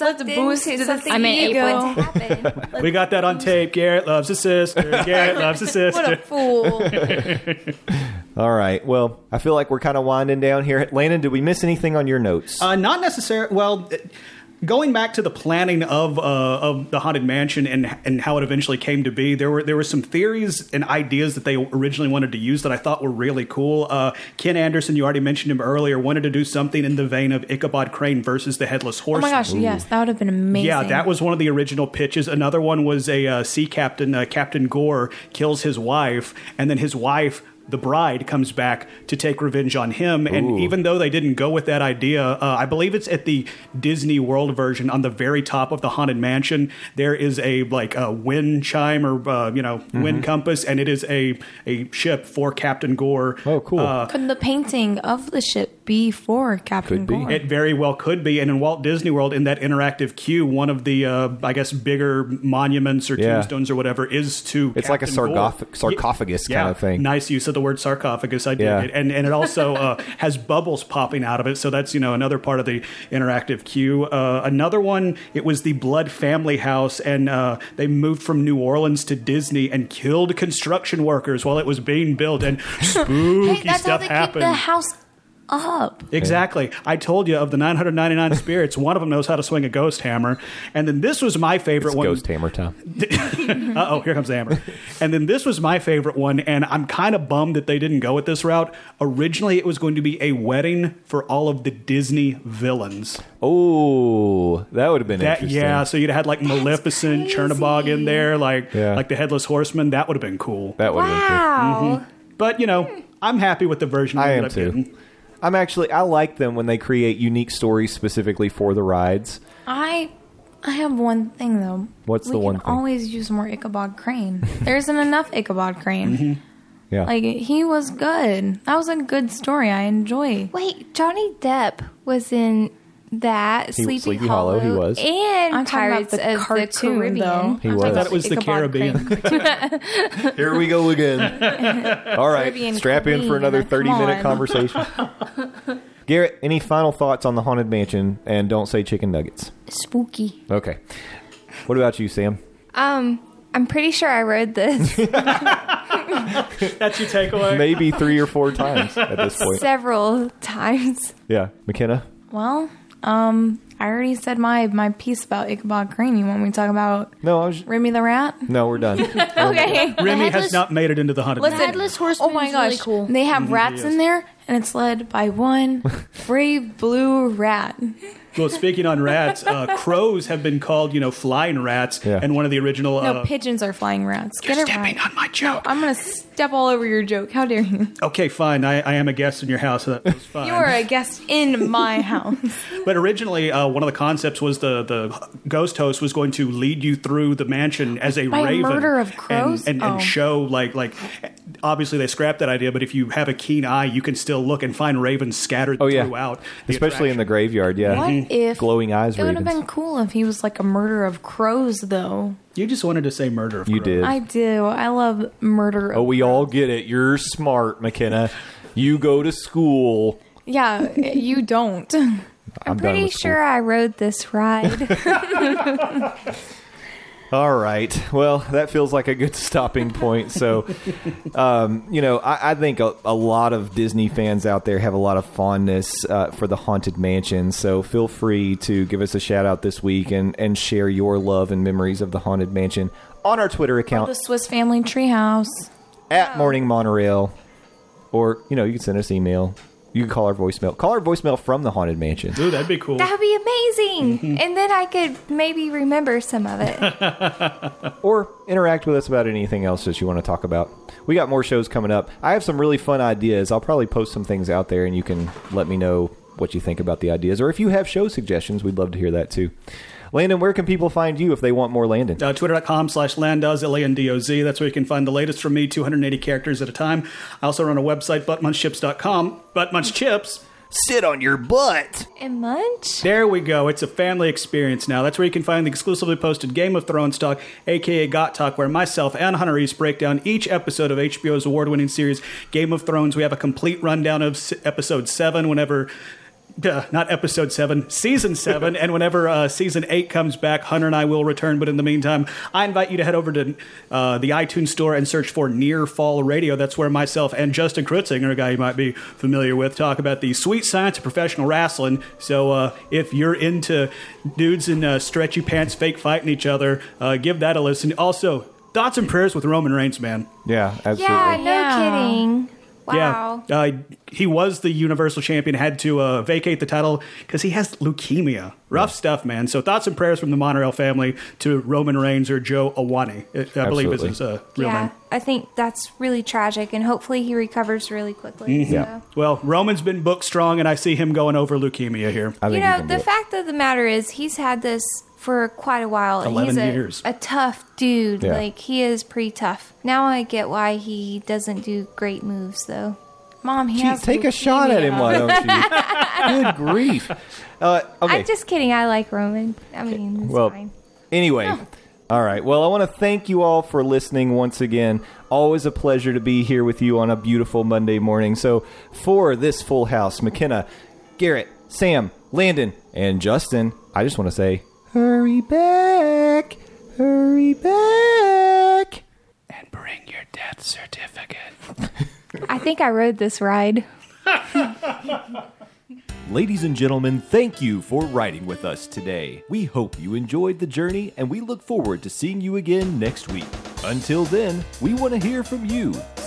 [SPEAKER 3] Let the um, boost
[SPEAKER 4] into
[SPEAKER 3] to
[SPEAKER 4] something I'm
[SPEAKER 3] I'm an
[SPEAKER 4] going
[SPEAKER 3] ego.
[SPEAKER 4] to happen.
[SPEAKER 2] We got that on tape. Garrett loves his sister. Garrett loves his
[SPEAKER 3] What a
[SPEAKER 2] sister.
[SPEAKER 3] fool. Oh
[SPEAKER 1] All right. Well, I feel like we're kind of winding down here. Landon, did we miss anything on your notes?
[SPEAKER 2] Uh, not necessarily. Well, it- going back to the planning of uh, of the haunted mansion and and how it eventually came to be, there were there were some theories and ideas that they originally wanted to use that I thought were really cool. Uh, Ken Anderson, you already mentioned him earlier, wanted to do something in the vein of Ichabod Crane versus the headless
[SPEAKER 3] Oh
[SPEAKER 2] horse.
[SPEAKER 3] my gosh, yes, that would have been amazing.
[SPEAKER 2] Yeah, that was one of the original pitches. Another one was a uh, sea captain, uh, Captain Gore, kills his wife, and then his wife, the bride, comes back to take revenge on him. And even though they didn't go with that idea, uh, I believe it's at the Disney World version on the very top of the Haunted Mansion. There is a like a wind chime or uh, you know
[SPEAKER 1] Mm-hmm.
[SPEAKER 2] wind compass, and it is a a ship for Captain Gore. Uh,
[SPEAKER 1] oh, cool.
[SPEAKER 3] Could the painting of the ship be for
[SPEAKER 1] Could
[SPEAKER 3] Captain
[SPEAKER 1] be.
[SPEAKER 3] Gore?
[SPEAKER 2] It very well could be. And in Walt Disney World, in that interactive queue, one of the, uh, I guess, bigger monuments or
[SPEAKER 1] Yeah.
[SPEAKER 2] tombstones or whatever is to.
[SPEAKER 1] it's like a
[SPEAKER 2] Captain Gore.
[SPEAKER 1] sarcoph- sarcophagus
[SPEAKER 2] Yeah,
[SPEAKER 1] kind of thing.
[SPEAKER 2] nice use of the word sarcophagus. I did,
[SPEAKER 1] Yeah.
[SPEAKER 2] it. and and it also uh, has bubbles popping out of it. So that's you know another part of the interactive queue. Uh, another one, it was the Blood family house, and uh, they moved from New Orleans to Disney and killed construction workers while it was being built, and spooky
[SPEAKER 3] Hey, that's how
[SPEAKER 2] stuff
[SPEAKER 3] they
[SPEAKER 2] happened.
[SPEAKER 3] keep the house up.
[SPEAKER 2] Exactly. I told you of the 999 spirits, one of them knows how to swing a ghost hammer. And then this was my favorite
[SPEAKER 1] It's
[SPEAKER 2] one.
[SPEAKER 1] ghost hammer time.
[SPEAKER 2] Uh oh, here comes the hammer. and then this was my favorite one, and I'm kind of bummed that they didn't go with this route. Originally, it was going to be a wedding for all of the Disney villains.
[SPEAKER 1] Oh, that would have been
[SPEAKER 2] That
[SPEAKER 1] interesting.
[SPEAKER 2] yeah, so you'd had like Maleficent, Chernabog in there, like
[SPEAKER 1] Yeah.
[SPEAKER 2] like the headless horseman. That would have been cool.
[SPEAKER 1] That would have been cool.
[SPEAKER 4] Wow.
[SPEAKER 2] But you know, I'm happy with the version.
[SPEAKER 1] I
[SPEAKER 2] we
[SPEAKER 1] am
[SPEAKER 2] ended up
[SPEAKER 1] too.
[SPEAKER 2] getting.
[SPEAKER 1] I'm actually, I like them when they create unique stories specifically for the rides.
[SPEAKER 3] I I have one thing though.
[SPEAKER 1] What's
[SPEAKER 3] we
[SPEAKER 1] the
[SPEAKER 3] can
[SPEAKER 1] one thing?
[SPEAKER 3] Always use more Ichabod Crane. there isn't enough Ichabod Crane.
[SPEAKER 1] Mm-hmm. Yeah.
[SPEAKER 3] Like he was good. That was a good story. I enjoy.
[SPEAKER 4] Wait, Johnny Depp was in that
[SPEAKER 1] He-
[SPEAKER 4] Sleepy,
[SPEAKER 1] Sleepy Hollow,
[SPEAKER 4] Hollow.
[SPEAKER 1] he was.
[SPEAKER 4] and
[SPEAKER 3] I'm talking about
[SPEAKER 4] Pirates
[SPEAKER 3] the
[SPEAKER 4] of
[SPEAKER 3] cartoon,
[SPEAKER 4] the Caribbean.
[SPEAKER 3] though.
[SPEAKER 1] He
[SPEAKER 3] I'm
[SPEAKER 1] was. I
[SPEAKER 3] talking
[SPEAKER 1] thought
[SPEAKER 3] about
[SPEAKER 2] it was the
[SPEAKER 3] Ichabod
[SPEAKER 2] Caribbean.
[SPEAKER 3] Crane.
[SPEAKER 1] Here we go again. All right,
[SPEAKER 3] Caribbean
[SPEAKER 1] strap in for
[SPEAKER 3] queen,
[SPEAKER 1] another
[SPEAKER 3] come
[SPEAKER 1] 30 minute
[SPEAKER 3] on.
[SPEAKER 1] conversation. Garrett, any final thoughts on the Haunted Mansion? And don't say chicken nuggets.
[SPEAKER 5] Spooky.
[SPEAKER 1] Okay. What about you, Sam?
[SPEAKER 4] Um, I'm pretty sure I read this
[SPEAKER 2] That's your takeaway.
[SPEAKER 1] Maybe three or four times at this point.
[SPEAKER 4] several times.
[SPEAKER 1] Yeah. McKenna?
[SPEAKER 3] Well, um, I already said my my piece about Ichabod Crane. You want me to talk about
[SPEAKER 1] No, I was.
[SPEAKER 3] Remy the Rat?
[SPEAKER 1] No, we're done.
[SPEAKER 3] Okay.
[SPEAKER 2] Remy has
[SPEAKER 5] headless-
[SPEAKER 2] not made it into the haunted.
[SPEAKER 5] The
[SPEAKER 2] mansion.
[SPEAKER 5] headless horseman
[SPEAKER 3] Oh my
[SPEAKER 5] is
[SPEAKER 3] gosh.
[SPEAKER 5] really cool.
[SPEAKER 3] They
[SPEAKER 2] Mm-hmm.
[SPEAKER 3] have rats in there and it's led by one brave blue rat.
[SPEAKER 2] Well, speaking on rats, uh, crows have been called, you know, flying rats,
[SPEAKER 1] Yeah.
[SPEAKER 2] and one of the original.
[SPEAKER 3] No,
[SPEAKER 2] uh,
[SPEAKER 3] pigeons are flying rats.
[SPEAKER 2] you're
[SPEAKER 3] Get it
[SPEAKER 2] stepping
[SPEAKER 3] right.
[SPEAKER 2] on my joke.
[SPEAKER 3] I'm gonna step all over your joke. How dare you?
[SPEAKER 2] okay, fine. I, I am a guest in your house, so that was fine.
[SPEAKER 3] You are a guest in my house.
[SPEAKER 2] But originally, uh, one of the concepts was the, the ghost host was going to lead you through the mansion as a
[SPEAKER 3] By a
[SPEAKER 2] raven,
[SPEAKER 3] murder of
[SPEAKER 2] and-
[SPEAKER 3] crows?
[SPEAKER 2] and, and,
[SPEAKER 3] Oh.
[SPEAKER 2] show like like. Obviously, they scrapped that idea, but if you have a keen eye, you can still look and find ravens scattered
[SPEAKER 1] Oh yeah,
[SPEAKER 2] throughout,
[SPEAKER 1] especially in the graveyard. Yeah,
[SPEAKER 3] What if
[SPEAKER 1] glowing eyes?
[SPEAKER 3] It would have
[SPEAKER 1] Ravens.
[SPEAKER 3] been cool if he was like a murderer of crows, though.
[SPEAKER 2] You just wanted to say murder of
[SPEAKER 1] you
[SPEAKER 2] crows.
[SPEAKER 1] did.
[SPEAKER 3] I do. I love murder.
[SPEAKER 1] oh,
[SPEAKER 3] Of,
[SPEAKER 1] we all get it. You're smart, McKenna. You go to school.
[SPEAKER 3] yeah, you don't.
[SPEAKER 1] I'm, done
[SPEAKER 4] Pretty
[SPEAKER 1] with school.
[SPEAKER 4] sure I rode this ride.
[SPEAKER 1] All right. Well, that feels like a good stopping point. So, um, you know, I, I think a, a lot of Disney fans out there have a lot of fondness uh, for the Haunted Mansion. So feel free to give us a shout out this week and, and share your love and memories of the Haunted Mansion on our Twitter account
[SPEAKER 3] The Swiss Family Treehouse.
[SPEAKER 1] at Morning Monorail. Or, you know, you can send us email. You can call our voicemail. Call our voicemail from the Haunted Mansion.
[SPEAKER 2] Ooh, that'd be cool.
[SPEAKER 4] That'd be
[SPEAKER 1] Mm-hmm.
[SPEAKER 4] amazing. and then I could maybe remember some of it.
[SPEAKER 1] or interact with us about anything else that you want to talk about. We got more shows coming up. I have some really fun ideas. I'll probably post some things out there and you can let me know what you think about the ideas. Or if you have show suggestions, we'd love to hear that too. Landon, where can people find you if they want more Landon?
[SPEAKER 2] uh, twitter.com slash landoz l-a-n-d-o-z that's where you can find the latest from me 280 characters at a time i also run a website buttmunchchips.com buttmunchchips
[SPEAKER 1] Sit on your butt.
[SPEAKER 4] And munch?
[SPEAKER 2] there we go it's a family experience now that's where you can find the exclusively posted game of thrones talk aka got talk where myself and hunter east break down each episode of hbo's award-winning series game of thrones we have a complete rundown of s- episode 7 whenever Duh, not episode seven, season seven. and whenever uh, season eight comes back, Hunter and I will return. But in the meantime, I invite you to head over to uh, the iTunes store and search for Near Fall Radio. That's where myself and Justin Krutzinger, a guy you might be familiar with, talk about the sweet science of professional wrestling. So uh, if you're into dudes in uh, stretchy pants fake fighting each other, uh, give that a listen. Also, thoughts and prayers with Roman Reigns, man.
[SPEAKER 1] Yeah, absolutely.
[SPEAKER 4] Yeah, no
[SPEAKER 3] Yeah.
[SPEAKER 4] kidding. Wow.
[SPEAKER 2] Yeah, uh, he was the Universal Champion. Had to uh, vacate the title because he has leukemia. Rough stuff, man. So thoughts and prayers from the Monorail family to Roman Reigns or Joe Awani. I, I believe is
[SPEAKER 1] Absolutely.
[SPEAKER 2] his uh, real
[SPEAKER 4] yeah,
[SPEAKER 2] name.
[SPEAKER 4] I think that's really tragic, and hopefully he recovers really quickly. So.
[SPEAKER 1] Mm-hmm. Yeah.
[SPEAKER 2] Well, Roman's been booked strong, and I see him going over leukemia here.
[SPEAKER 1] I
[SPEAKER 4] You
[SPEAKER 1] think
[SPEAKER 4] know,
[SPEAKER 1] can do
[SPEAKER 4] the
[SPEAKER 1] it.
[SPEAKER 4] fact of the matter is, he's had this for quite a while. and
[SPEAKER 2] 11
[SPEAKER 4] he's a,
[SPEAKER 2] years.
[SPEAKER 4] A tough dude.
[SPEAKER 1] Yeah.
[SPEAKER 4] Like, he is pretty tough. Now I get why he doesn't do great moves, though.
[SPEAKER 3] Mom, he
[SPEAKER 1] Gee,
[SPEAKER 3] has
[SPEAKER 1] take a shot at him,
[SPEAKER 3] leukemia.
[SPEAKER 1] why don't you? Good grief. Uh, okay.
[SPEAKER 4] I'm just kidding. I like Roman. I mean, it's
[SPEAKER 1] Well,
[SPEAKER 4] fine.
[SPEAKER 1] anyway. All right. Well, I want to thank you all for listening once again. Always a pleasure to be here with you on a beautiful Monday morning. So, for this full house, McKenna, Garrett, Sam, Landon, and Justin, I just want to say, hurry back. Hurry back.
[SPEAKER 2] And bring your death certificate.
[SPEAKER 4] I think I rode this ride.
[SPEAKER 1] Ladies and gentlemen, thank you for riding with us today. We hope you enjoyed the journey and we look forward to seeing you again next week. Until then, we want to hear from you.